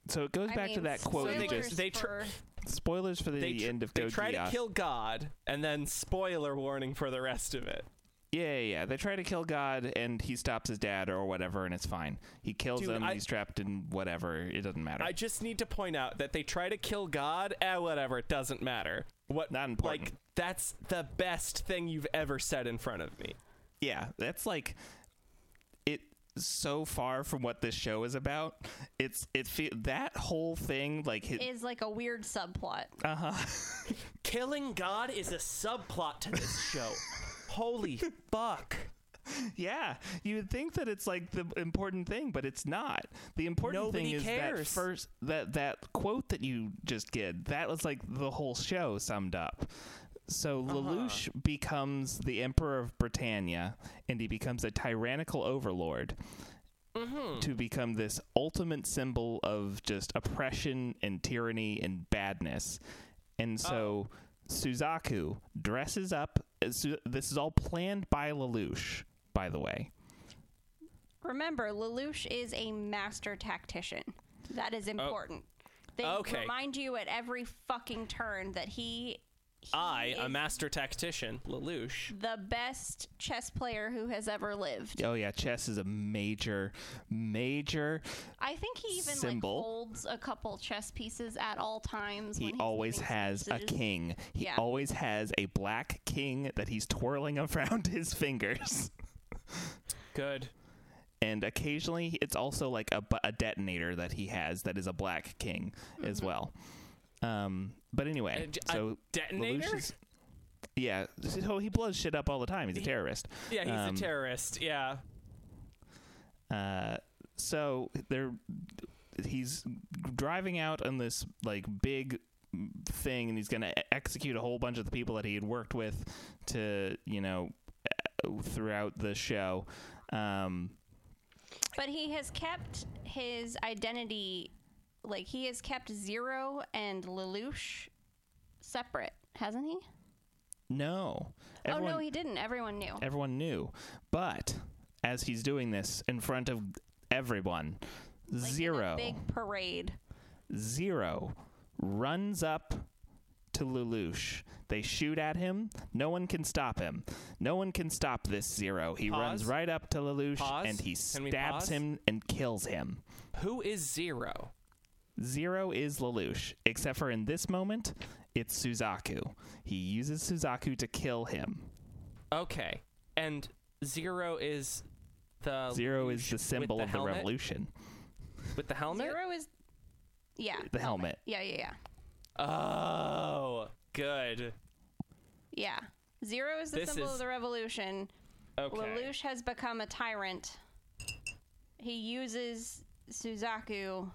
Speaker 3: so it goes
Speaker 2: I
Speaker 3: back to
Speaker 2: mean,
Speaker 3: that quote you
Speaker 2: spoilers
Speaker 3: just
Speaker 1: they tr-
Speaker 2: for-
Speaker 3: spoilers for the
Speaker 1: They tr-
Speaker 3: end of uh,
Speaker 1: they
Speaker 3: Go
Speaker 1: try to
Speaker 3: Geass.
Speaker 1: kill God, and then spoiler warning for the rest of it.
Speaker 3: Yeah, yeah, yeah. They try to kill God, and he stops his dad or whatever, and it's fine. He kills
Speaker 1: Dude,
Speaker 3: him.
Speaker 1: I-
Speaker 3: he's trapped in whatever. It doesn't matter.
Speaker 1: I just need to point out that they try to kill God. Eh, whatever. It doesn't matter. What?
Speaker 3: Not important.
Speaker 1: Like that's the best thing you've ever said in front of me.
Speaker 3: yeah, that's like it. So far from what this show is about, it's it fe- that whole thing like his,
Speaker 2: is like a weird subplot.
Speaker 1: Killing God is a subplot to this show. Holy fuck.
Speaker 3: Yeah, you would think that it's like the important thing, but it's not. The important
Speaker 1: Nobody
Speaker 3: thing is that
Speaker 1: cares.
Speaker 3: first that that quote that you just did. That was like the whole show summed up. So
Speaker 1: Uh-huh.
Speaker 3: Lelouch becomes the emperor of Britannia, and he becomes a tyrannical overlord.
Speaker 1: Hmm.
Speaker 3: To become this ultimate symbol of just oppression and tyranny and badness, and so
Speaker 1: Oh.
Speaker 3: Suzaku dresses up. uh, Su- This is all planned by Lelouch, by the way.
Speaker 2: Remember, Lelouch is a master tactician.
Speaker 3: Oh.
Speaker 2: That is important. They
Speaker 1: Okay.
Speaker 2: remind you at every fucking turn that he
Speaker 1: I, a
Speaker 2: is-
Speaker 1: master tactician, Lelouch.
Speaker 2: the best chess player who has ever lived.
Speaker 3: Oh yeah, chess is a major, major.
Speaker 2: I think he even
Speaker 3: Symbol.
Speaker 2: like holds a couple chess pieces at all times.
Speaker 3: He
Speaker 2: when he's
Speaker 3: always
Speaker 2: giving
Speaker 3: has a
Speaker 2: speeches.
Speaker 3: king. He
Speaker 2: Yeah.
Speaker 3: always has a black king that he's twirling around his fingers.
Speaker 1: Good.
Speaker 3: And occasionally, it's also like a, bu- a detonator that he has that is a black king as well. Um, but anyway,
Speaker 1: A d- a
Speaker 3: so
Speaker 1: detonator?
Speaker 3: Lelouch is- yeah, so he blows shit up all the time. He's a terrorist.
Speaker 1: Yeah, he's
Speaker 3: Um,
Speaker 1: a terrorist. Yeah.
Speaker 3: Uh, so they're he's driving out on this like big thing and he's going to execute a whole bunch of the people that he had worked with to you know e-, throughout the show um
Speaker 2: But he has kept his identity, like he has kept Zero and Lelouch separate, hasn't he?
Speaker 3: no
Speaker 2: oh no, he didn't. Everyone knew.
Speaker 3: everyone knew but as he's doing this in front of everyone
Speaker 2: Like, in a
Speaker 3: zero
Speaker 2: big parade.
Speaker 3: Zero runs up to Lelouch. They shoot at him. No one can stop him. No one can stop this Zero. He runs
Speaker 1: Pause.
Speaker 3: right up to Lelouch
Speaker 1: Pause.
Speaker 3: and he
Speaker 1: Can we
Speaker 3: stabs
Speaker 1: pause?
Speaker 3: him and kills him.
Speaker 1: Who is Zero?
Speaker 3: Zero is Lelouch, except for in this moment, it's Suzaku. He uses Suzaku to kill him.
Speaker 1: Okay. And Zero is the
Speaker 3: Zero is the
Speaker 1: Lelouch
Speaker 3: symbol
Speaker 1: with
Speaker 3: of the
Speaker 1: helmet?
Speaker 3: revolution.
Speaker 1: With the helmet?
Speaker 2: Zero is, yeah,
Speaker 3: The helmet.
Speaker 2: Yeah, yeah, yeah,
Speaker 1: Oh, good.
Speaker 2: yeah. Zero is the
Speaker 1: This
Speaker 2: symbol
Speaker 1: is-
Speaker 2: of the revolution.
Speaker 1: Okay.
Speaker 2: Lelouch has become a tyrant. He uses Suzaku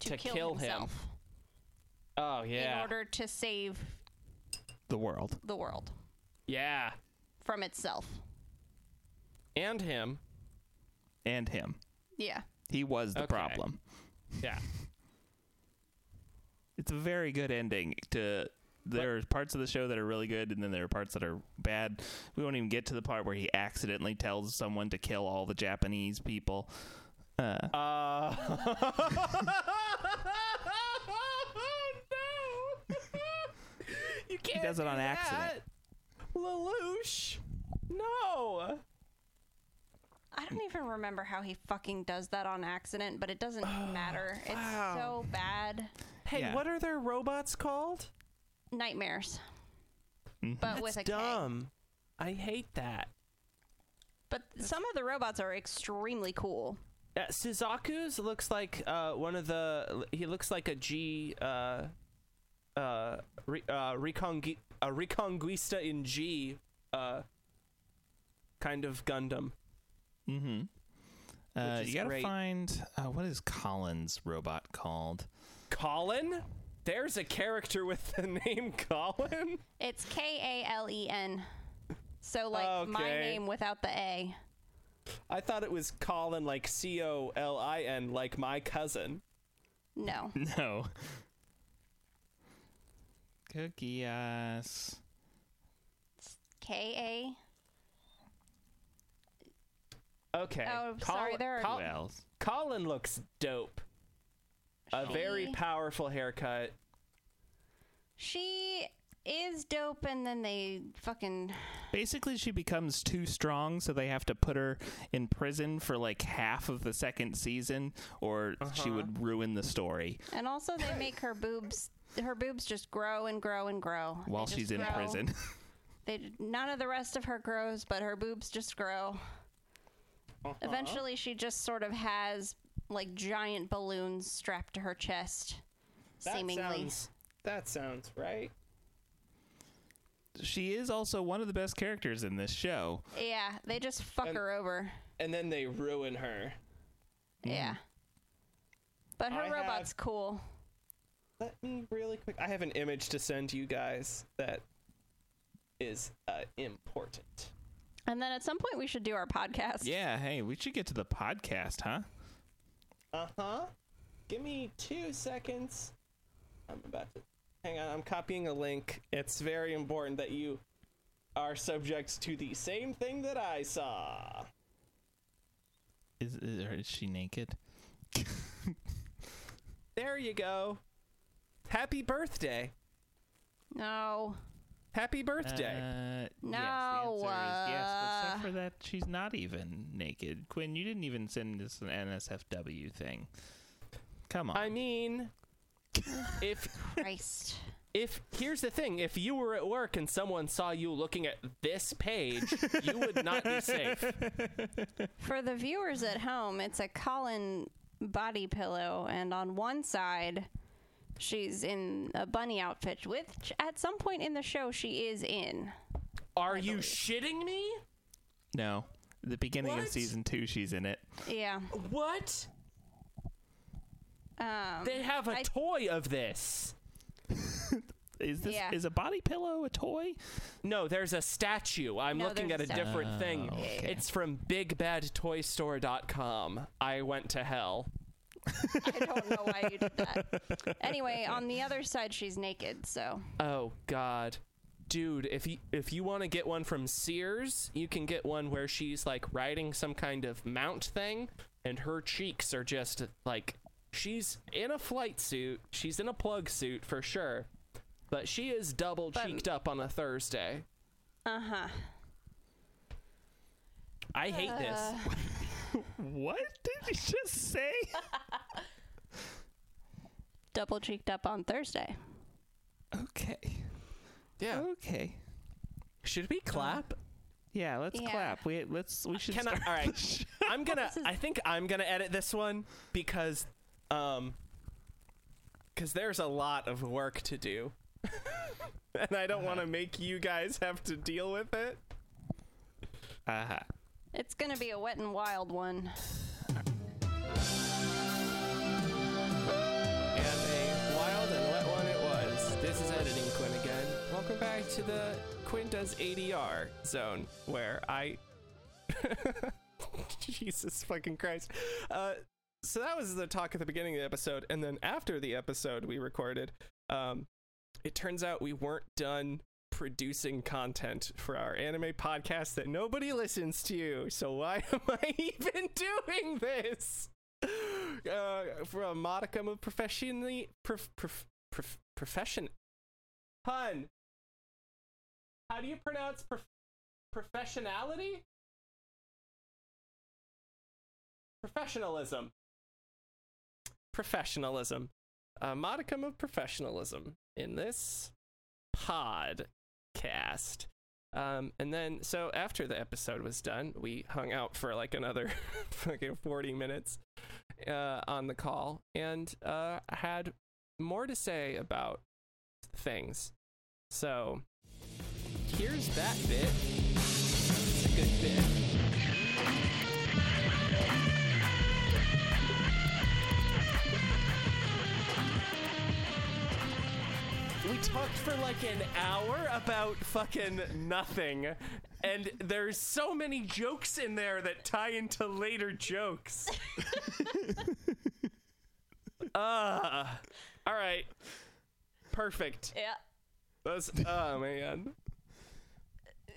Speaker 2: to,
Speaker 1: To
Speaker 2: kill,
Speaker 1: kill him.
Speaker 2: himself
Speaker 1: Oh yeah.
Speaker 2: in order to save
Speaker 3: The world.
Speaker 2: the world
Speaker 1: yeah.
Speaker 2: from itself.
Speaker 1: And him.
Speaker 3: And him.
Speaker 2: Yeah.
Speaker 3: He was the
Speaker 1: Okay.
Speaker 3: problem.
Speaker 1: Yeah.
Speaker 3: It's a very good ending to there are parts of the show that are really good and then there are parts that are bad. We won't even get to the part where he accidentally tells someone to kill all the Japanese people. Uh,
Speaker 1: Uh no. you can't
Speaker 3: does it
Speaker 1: do
Speaker 3: on
Speaker 1: that.
Speaker 3: accident.
Speaker 1: Lelouch. No.
Speaker 2: I don't even remember how he fucking does that on accident, but it doesn't
Speaker 1: Oh,
Speaker 2: matter. It's so bad.
Speaker 1: Hey,
Speaker 3: Yeah.
Speaker 1: what are their robots called?
Speaker 2: Nightmares.
Speaker 3: Mhm.
Speaker 2: But with a K.
Speaker 1: Mm-hmm. Dumb. I hate that.
Speaker 2: But some of the robots are extremely cool.
Speaker 1: Uh, Suzaku's looks like uh, one of the. He looks like a G. Uh, uh, re, uh, Recongi- a Reconquista in G. Uh, kind of Gundam.
Speaker 3: mhm. Uh,
Speaker 1: Which
Speaker 3: you
Speaker 1: is
Speaker 3: gotta
Speaker 1: great.
Speaker 3: find uh, what is Colin's robot called?
Speaker 1: Colin? There's a character with the name Colin?
Speaker 2: It's K A L E N. So like my
Speaker 1: Okay.
Speaker 2: name without the A.
Speaker 1: I thought it was Colin, like C O L I N, like my cousin.
Speaker 2: No.
Speaker 3: No. Cookie ass.
Speaker 2: K
Speaker 1: Okay.
Speaker 2: Oh, sorry, there are-
Speaker 1: Col-
Speaker 3: Who else?
Speaker 1: Colin looks dope.
Speaker 2: A.
Speaker 1: A very
Speaker 2: She-
Speaker 1: powerful haircut.
Speaker 2: She is dope, and then they fucking.
Speaker 3: Basically, she becomes too strong, so they have to put her in prison for like half of the second season, or
Speaker 1: Uh-huh.
Speaker 3: she would ruin the story
Speaker 2: And also, they make her boobs. Her boobs just grow and grow and grow. They
Speaker 3: while
Speaker 2: just
Speaker 3: she's in
Speaker 2: grow.
Speaker 3: prison.
Speaker 2: They none of the rest of her grows, but her boobs just grow.
Speaker 1: Uh-huh.
Speaker 2: Eventually, she just sort of has like giant balloons strapped to her chest, seemingly.
Speaker 1: that sounds right.
Speaker 3: she is also one of the best characters in this show.
Speaker 2: Yeah, they just fuck
Speaker 1: And-
Speaker 2: her over.
Speaker 1: And then they ruin her.
Speaker 2: Yeah. But her
Speaker 1: I have-
Speaker 2: robot's cool.
Speaker 1: Let me really quick. I have an image to send you guys that is uh, important.
Speaker 2: And then at some point, we should do our podcast.
Speaker 3: Yeah, hey, we should get to the podcast, huh?
Speaker 1: Uh huh. Give me two seconds. I'm about to. Hang on, I'm copying a link. It's very important that you are subject to the same thing that I saw.
Speaker 3: Is is, or is she naked?
Speaker 1: There you go. Happy birthday.
Speaker 2: No.
Speaker 1: Happy birthday.
Speaker 3: Uh,
Speaker 2: No,
Speaker 3: Yes, the answer is yes,
Speaker 2: uh,
Speaker 3: except for that, she's not even naked. Quinn, you didn't even send us an NSFW thing. Come on.
Speaker 1: I mean, if
Speaker 2: Christ.
Speaker 1: if here's the thing, if you were at work and someone saw you looking at this page, you would not be safe.
Speaker 2: For the viewers at home, it's a Colin body pillow, and on one side, she's in a bunny outfit, which at some point in the show she is in.
Speaker 1: Are you shitting me?
Speaker 3: no. The beginning of
Speaker 1: What?
Speaker 3: season two, she's in it.
Speaker 2: Yeah.
Speaker 1: What?
Speaker 2: Um,
Speaker 1: They have a
Speaker 2: I-
Speaker 1: toy of this.
Speaker 3: Is this
Speaker 2: Yeah.
Speaker 3: is a body pillow a toy?
Speaker 1: No, there's a statue. I'm
Speaker 2: No,
Speaker 1: looking at
Speaker 2: there's
Speaker 1: a
Speaker 2: a statue.
Speaker 1: different thing.
Speaker 3: Oh, okay.
Speaker 1: It's from bigbadtoystore.com. I went to hell.
Speaker 2: I don't know why you did that. Anyway, on the other side, she's naked, so.
Speaker 1: Oh god. Dude, if you if you want to get one from Sears, you can get one where she's like riding some kind of mount thing and her cheeks are just like she's in a flight suit, she's in a plug suit for sure. But she is double cheeked up on a Thursday.
Speaker 2: Uh huh.
Speaker 1: I hate this.
Speaker 3: What did you just say?
Speaker 2: Double cheeked up on Thursday.
Speaker 3: okay.
Speaker 1: Yeah.
Speaker 3: Okay.
Speaker 1: Should we clap?
Speaker 3: Yeah, let's
Speaker 2: Yeah.
Speaker 3: clap. We let's we should
Speaker 1: Can I,
Speaker 3: start.
Speaker 1: all right. I'm gonna. I think I'm gonna edit this one because, um, because there's a lot of work to do, and I don't want to make you guys have to deal with it.
Speaker 3: Uh-huh.
Speaker 2: It's gonna be a wet and wild one.
Speaker 1: And a wild and wet one it was. This is editing Quinn again. Welcome back to the Quinn does ADR zone, where I. Jesus fucking Christ. Uh, so that was the talk at the beginning of the episode, and then after the episode we recorded, um, it turns out we weren't done producing content for our anime podcast that nobody listens to. So why am I even doing this? uh, for a modicum of professionally prof, prof, prof, profession pun. How do you pronounce prof, professionality? Professionalism. Professionalism. A modicum of professionalism in this podcast. Um, and then, so after the episode was done, we hung out for like another fucking 40 minutes uh, on the call and uh, had more to say about things. So here's that bit. It's a good bit. We talked for like an hour about fucking nothing, and there's so many jokes in there that tie into later jokes. Uh, all right. Perfect.
Speaker 2: Yeah.
Speaker 1: That's oh man.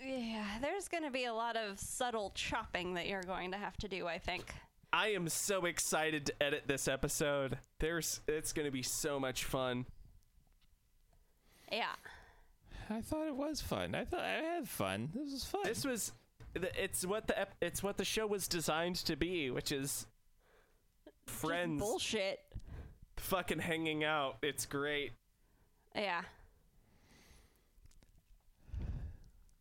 Speaker 2: Yeah, there's gonna be a lot of subtle chopping that you're going to have to do, I think.
Speaker 1: I am so excited to edit this episode. There's it's gonna be so much fun.
Speaker 2: Yeah.
Speaker 3: I thought it was fun. I thought I had fun. This was fun.
Speaker 1: This was the- it's what the ep- it's what the show was designed to be, which is friends
Speaker 2: Bullshit.
Speaker 1: fucking hanging out. It's great.
Speaker 2: Yeah.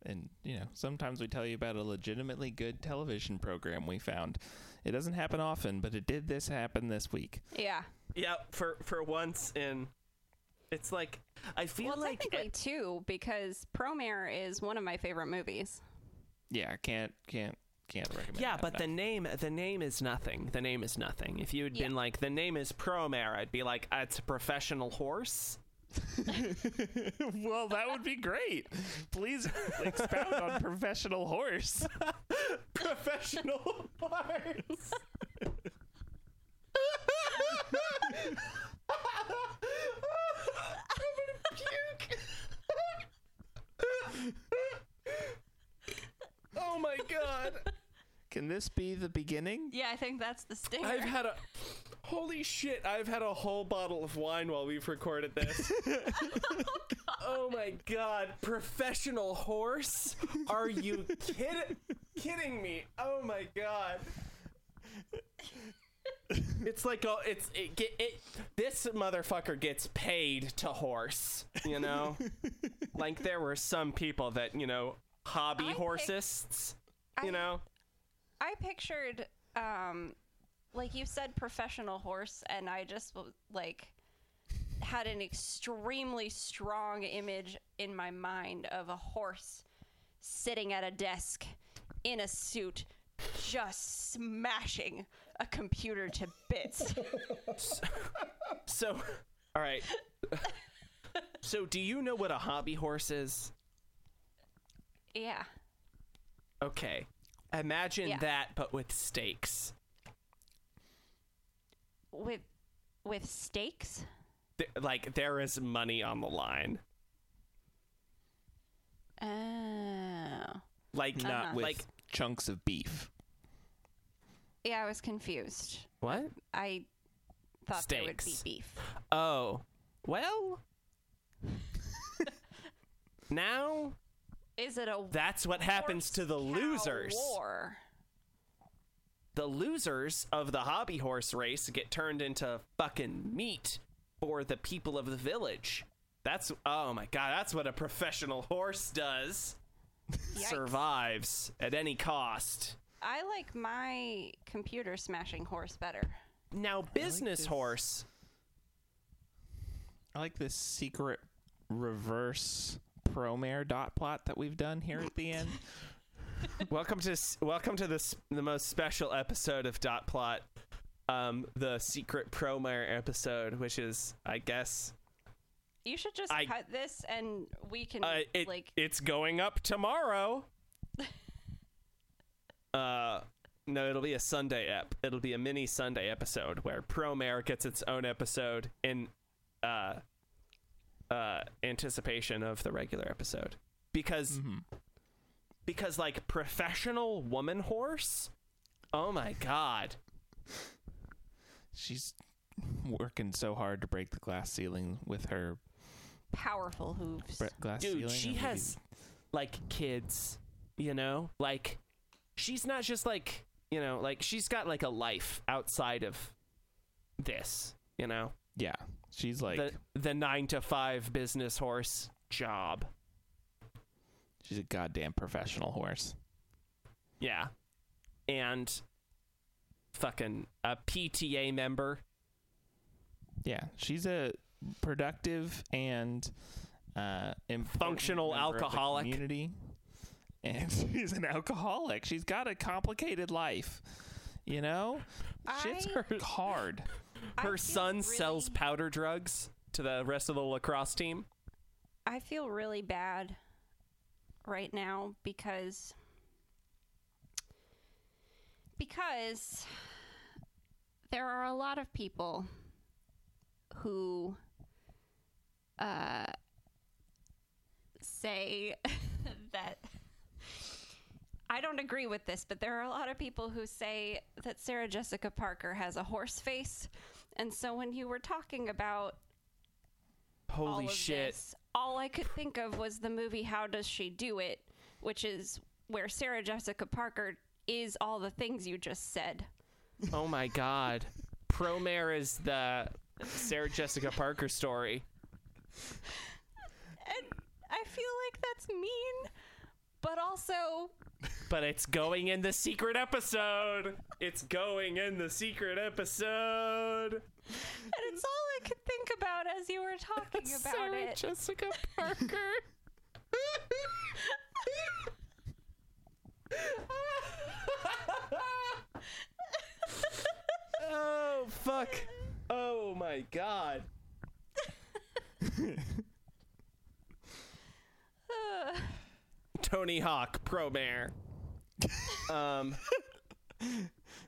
Speaker 3: and you know sometimes we tell you about a legitimately good television program we found it doesn't happen often but it did this happen this week
Speaker 2: Yeah.
Speaker 1: Yeah, for for once in it's like I feel
Speaker 2: Well,
Speaker 1: like e,
Speaker 2: technically two, because Promare is one of my favorite movies.
Speaker 3: yeah I can't can't can't recommend
Speaker 1: Yeah,
Speaker 3: that
Speaker 1: but the
Speaker 3: enough.
Speaker 1: name the name is nothing. The name is nothing. If you had
Speaker 2: Yeah.
Speaker 1: been like the name is Promare, I'd be like "Ah, it's a professional horse.
Speaker 3: well that would be great please expound on professional horse
Speaker 1: professional horse. oh my god.
Speaker 3: can this be the beginning
Speaker 2: Yeah, I think that's the stinger.
Speaker 1: I've had a holy shit. I've had a whole bottle of wine while we've recorded this. Oh my god, professional horse? Are you kid- kidding me? Oh my god. It's like a, it's it, get it this motherfucker gets paid to horse, you know? like there were some people that, you know, hobby
Speaker 2: I picked-
Speaker 1: horsists, you
Speaker 2: I-
Speaker 1: know?
Speaker 2: I pictured, um, like you said, professional horse, and I just w- like had an extremely strong image in my mind of a horse sitting at a desk in a suit, just smashing a computer to bits.
Speaker 1: So, all right. so, do you know what a hobby horse is?
Speaker 2: yeah.
Speaker 1: Okay. Imagine
Speaker 2: Yeah.
Speaker 1: that, but with stakes.
Speaker 2: With with stakes?
Speaker 1: Th- like, there is money on the line.
Speaker 2: Oh.
Speaker 1: Like,
Speaker 3: Not
Speaker 1: not
Speaker 3: with
Speaker 1: Uh-huh. like,
Speaker 3: chunks of beef.
Speaker 2: Yeah, I was confused.
Speaker 1: what?
Speaker 2: I thought there would be
Speaker 1: Steaks.
Speaker 2: beef.
Speaker 1: Oh, well. now,
Speaker 2: Is it a
Speaker 1: that's what happens to the
Speaker 2: horse-cow
Speaker 1: losers.
Speaker 2: war?
Speaker 1: The losers of the hobby horse race get turned into fucking meat for the people of the village. That's, oh my god, that's what a professional horse does.
Speaker 2: Yikes.
Speaker 1: survives at any cost.
Speaker 2: I like my computer smashing horse better.
Speaker 1: Now, business
Speaker 3: this.
Speaker 1: horse.
Speaker 3: I like this secret reverse promare dot plot that we've done here at the end.
Speaker 1: welcome to s- welcome to this the most special episode of Dot Plot, um, the secret promare episode, which is, I guess,
Speaker 2: You should just
Speaker 1: I-
Speaker 2: cut this and we can
Speaker 1: uh, it,
Speaker 2: like
Speaker 1: it's going up tomorrow. uh, no, it'll be a Sunday ep. It'll be a mini Sunday episode where promare gets its own episode in, uh, uh, anticipation of the regular episode because.
Speaker 3: Mm. Mm-hmm.
Speaker 1: because like professional woman horse oh my god
Speaker 3: She's working so hard to break the glass ceiling with her
Speaker 2: powerful hooves.
Speaker 3: bre- glass
Speaker 1: dude
Speaker 3: ceiling.
Speaker 1: she
Speaker 3: and we
Speaker 1: has like kids you know like she's not just like you know like she's got like a life outside of this you know
Speaker 3: could- Yeah, she's like
Speaker 1: the the 9 to 5 business horse job
Speaker 3: she's a goddamn professional horse.
Speaker 1: yeah and fucking a PTA member
Speaker 3: Yeah, she's a productive and uh, important
Speaker 1: Functional
Speaker 3: member of the
Speaker 1: alcoholic.
Speaker 3: community, and she's an alcoholic. She's got a complicated life, you know. Shit's
Speaker 2: I-
Speaker 3: hard.
Speaker 2: I
Speaker 1: her
Speaker 2: feel
Speaker 1: son sells
Speaker 2: really-
Speaker 1: powder drugs to the rest of the lacrosse team
Speaker 2: I feel really bad right now because because there are a lot of people who uh, say that I don't agree with this, but there are a lot of people who say that Sarah Jessica Parker has a horse face. And so when you were talking about
Speaker 1: holy
Speaker 2: all of
Speaker 1: shit
Speaker 2: this, all I could think of was the movie How Does She Do It, which is where Sarah Jessica Parker is all the things you just said.
Speaker 1: Oh my god. Promare is the Sarah Jessica Parker story.
Speaker 2: And I feel like that's mean, but also
Speaker 1: But it's going in the secret episode. It's going in the secret episode.
Speaker 2: and it's all I could think about as you were talking about
Speaker 1: Sarah
Speaker 2: it.
Speaker 1: Jessica Parker. oh fuck. Oh my god.
Speaker 2: Ugh.
Speaker 1: Tony Hawk Promare. um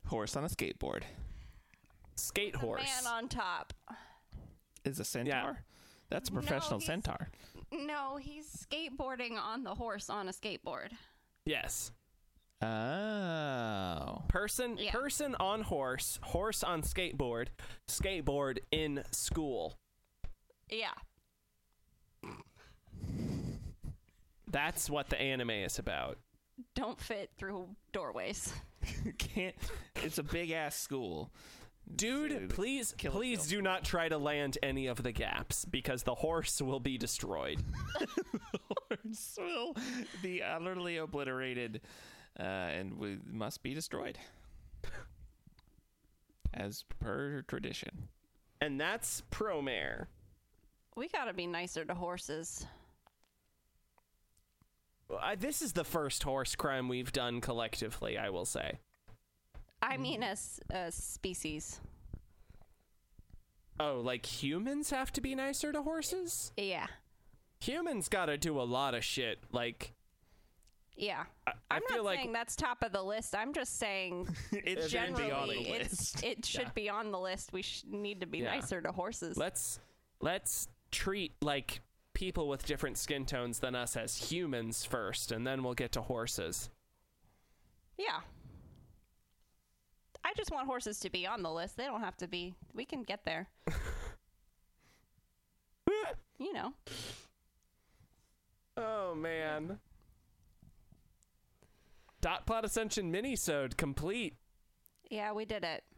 Speaker 3: Horse on a skateboard
Speaker 1: skate horse.
Speaker 2: man on top.
Speaker 3: is a centaur. That's a professional
Speaker 2: he's-
Speaker 3: centaur.
Speaker 2: No, he's skateboarding on the horse on a skateboard.
Speaker 1: yes.
Speaker 3: Oh,
Speaker 1: person
Speaker 2: Yeah.
Speaker 1: person on horse horse on skateboard skateboard in school
Speaker 2: Yeah.
Speaker 1: That's what the anime is about.
Speaker 2: Don't fit through doorways.
Speaker 3: Can't. It's a big ass school.
Speaker 1: Dude, please,
Speaker 3: Kill it,
Speaker 1: please
Speaker 3: Bill.
Speaker 1: do not try to land any of the gaps because the horse will be destroyed.
Speaker 3: Swill, the utterly obliterated, uh, and we must be destroyed, as per tradition.
Speaker 1: and that's Promare.
Speaker 2: We gotta be nicer to horses.
Speaker 1: I, this is the first horse crime we've done collectively, I will say.
Speaker 3: Mm-hmm.
Speaker 2: I mean, as a species.
Speaker 1: Oh, like humans have to be nicer to horses?
Speaker 2: Yeah,
Speaker 1: Humans gotta do a lot of shit. Like,
Speaker 2: yeah.
Speaker 1: I, I
Speaker 2: I'm
Speaker 1: feel
Speaker 2: not
Speaker 1: like
Speaker 2: saying that's top of the list. I'm just saying
Speaker 3: It should be on the
Speaker 2: generally it's,
Speaker 3: list.
Speaker 2: it should be on the list. We sh- need to be
Speaker 1: Yeah.
Speaker 2: nicer to horses.
Speaker 1: let's let's treat like people with different skin tones than us as humans first, and then we'll get to horses.
Speaker 2: yeah. I just want horses to be on the list. They don't have to be. We can get there. you know.
Speaker 1: Oh man. Dot plot ascension minisode complete.
Speaker 2: Yeah, we did it.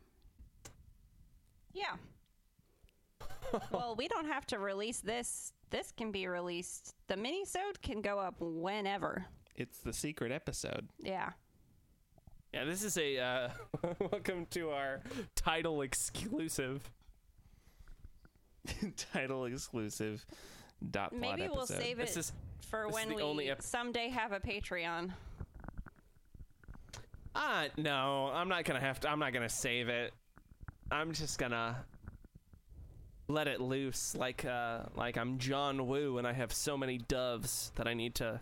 Speaker 2: Yeah. well, we don't have to release this. This can be released. The minisode can go up whenever.
Speaker 3: It's the secret episode.
Speaker 2: Yeah.
Speaker 1: Yeah, this is a uh, welcome to our title exclusive.
Speaker 3: Title exclusive. Dot plot
Speaker 2: Maybe we'll
Speaker 3: episode.
Speaker 2: save it
Speaker 1: This is
Speaker 2: for
Speaker 1: this is
Speaker 2: when
Speaker 1: the
Speaker 2: we
Speaker 1: only ep-
Speaker 2: someday have a Patreon.
Speaker 1: ah no, I'm not gonna have to. I'm not gonna save it. I'm just gonna let it loose, like uh, like I'm John Woo and I have so many doves that I need to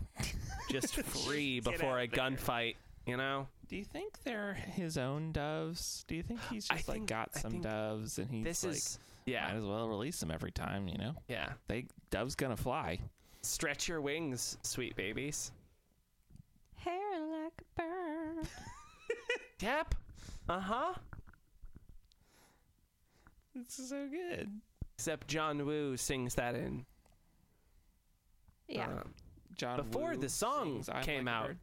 Speaker 1: just free
Speaker 3: Get
Speaker 1: before
Speaker 3: out
Speaker 1: a
Speaker 3: there.
Speaker 1: gunfight. You know,
Speaker 3: Do you think they're his own doves? Do you think he's
Speaker 1: I
Speaker 3: just like
Speaker 1: think-
Speaker 3: got
Speaker 1: I
Speaker 3: some
Speaker 1: think
Speaker 3: doves and he's
Speaker 1: this
Speaker 3: like,
Speaker 1: is yeah,
Speaker 3: might as well release them every time, you know?
Speaker 1: yeah.
Speaker 3: They doves gonna fly.
Speaker 1: Stretch your wings, sweet babies.
Speaker 2: Hair like a bird.
Speaker 1: Yep. Uh huh.
Speaker 3: This is so good.
Speaker 1: Except John Woo sings that in.
Speaker 2: Yeah.
Speaker 1: uh,
Speaker 3: John
Speaker 1: before
Speaker 3: Woo
Speaker 1: the song
Speaker 3: sings I'm
Speaker 1: came
Speaker 3: Like a
Speaker 1: out.
Speaker 3: Bird.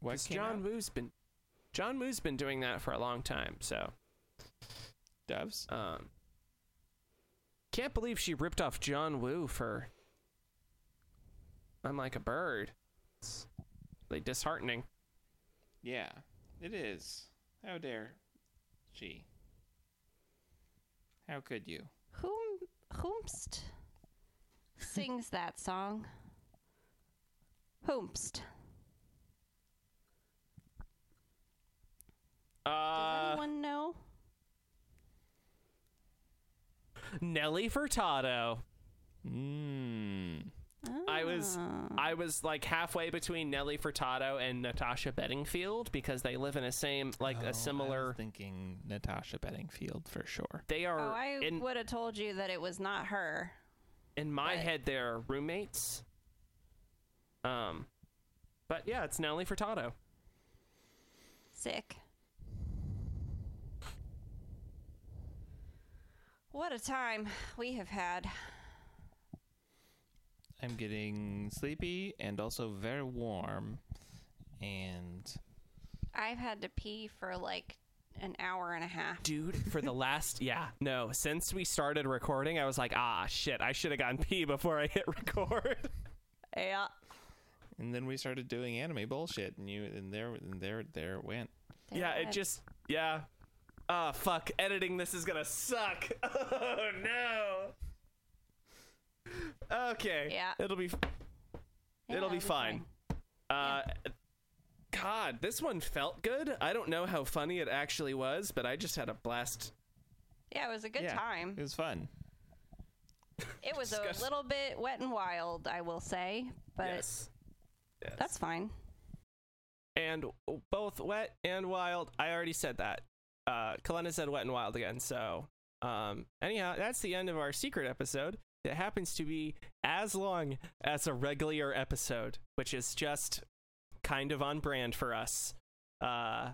Speaker 3: What
Speaker 1: Because
Speaker 3: came
Speaker 1: John
Speaker 3: out?
Speaker 1: Woo's been John Woo's been doing that for a long time, so
Speaker 3: Doves?
Speaker 1: um can't believe she ripped off John Woo for I'm like a bird. It's like disheartening.
Speaker 3: Yeah, it is. How dare she? How could you?
Speaker 2: Whom whomst sings that song? Whomst. Does
Speaker 1: Uh
Speaker 2: anyone know?
Speaker 1: Nelly Furtado. Hmm.
Speaker 3: Mmm.
Speaker 1: I was
Speaker 2: Ah.
Speaker 1: I was like halfway between Nelly Furtado and Natasha Bedingfield because they live in a same like
Speaker 2: Oh,
Speaker 1: a similar
Speaker 3: Oh, thinking Natasha Bedingfield for sure.
Speaker 1: they are
Speaker 2: Oh, I
Speaker 1: in
Speaker 2: would have told you that it was not her.
Speaker 1: in my
Speaker 2: But-
Speaker 1: head they're roommates um but yeah it's nelly furtado
Speaker 2: Sick. What a time we have had.
Speaker 3: I'm getting sleepy and also very warm. And
Speaker 2: I've had to pee for like an hour and a half.
Speaker 1: dude for the last yeah no since we started recording i was like ah shit i should have gotten pee before i hit record
Speaker 2: Yeah.
Speaker 3: and then we started doing anime bullshit and you and there and there there it went.
Speaker 1: yeah it just yeah ah fuck editing this is gonna suck oh no okay
Speaker 2: Yeah.
Speaker 1: it'll be it'll be fine. Uh, God, this one felt good. I don't know how funny it actually was, but I just had a blast.
Speaker 2: Yeah, it was a good time.
Speaker 3: It was fun.
Speaker 2: It was
Speaker 1: Disgust-
Speaker 2: a little bit wet and wild, I will say, but
Speaker 1: yes. Yes.
Speaker 2: that's fine.
Speaker 1: and both wet and wild. I already said that. Uh, Kalena said wet and wild again. So, um, anyhow, that's the end of our secret episode. That happens to be as long as a regular episode, which is just kind of on brand for us. Uh,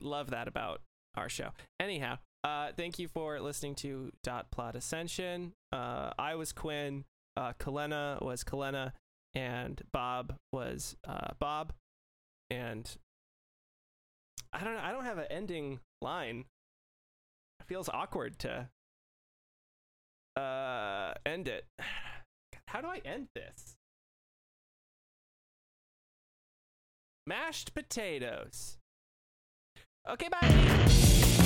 Speaker 1: love that about our show. Anyhow, uh, thank you for listening to Dot Plot Ascension. Uh, I was Quinn. Uh, uh, Kalena was Kalena, and Bob was uh, Bob, and I don't know. I don't have an ending line. It feels awkward to uh, end it. God, How do I end this? Mashed potatoes. Okay, bye.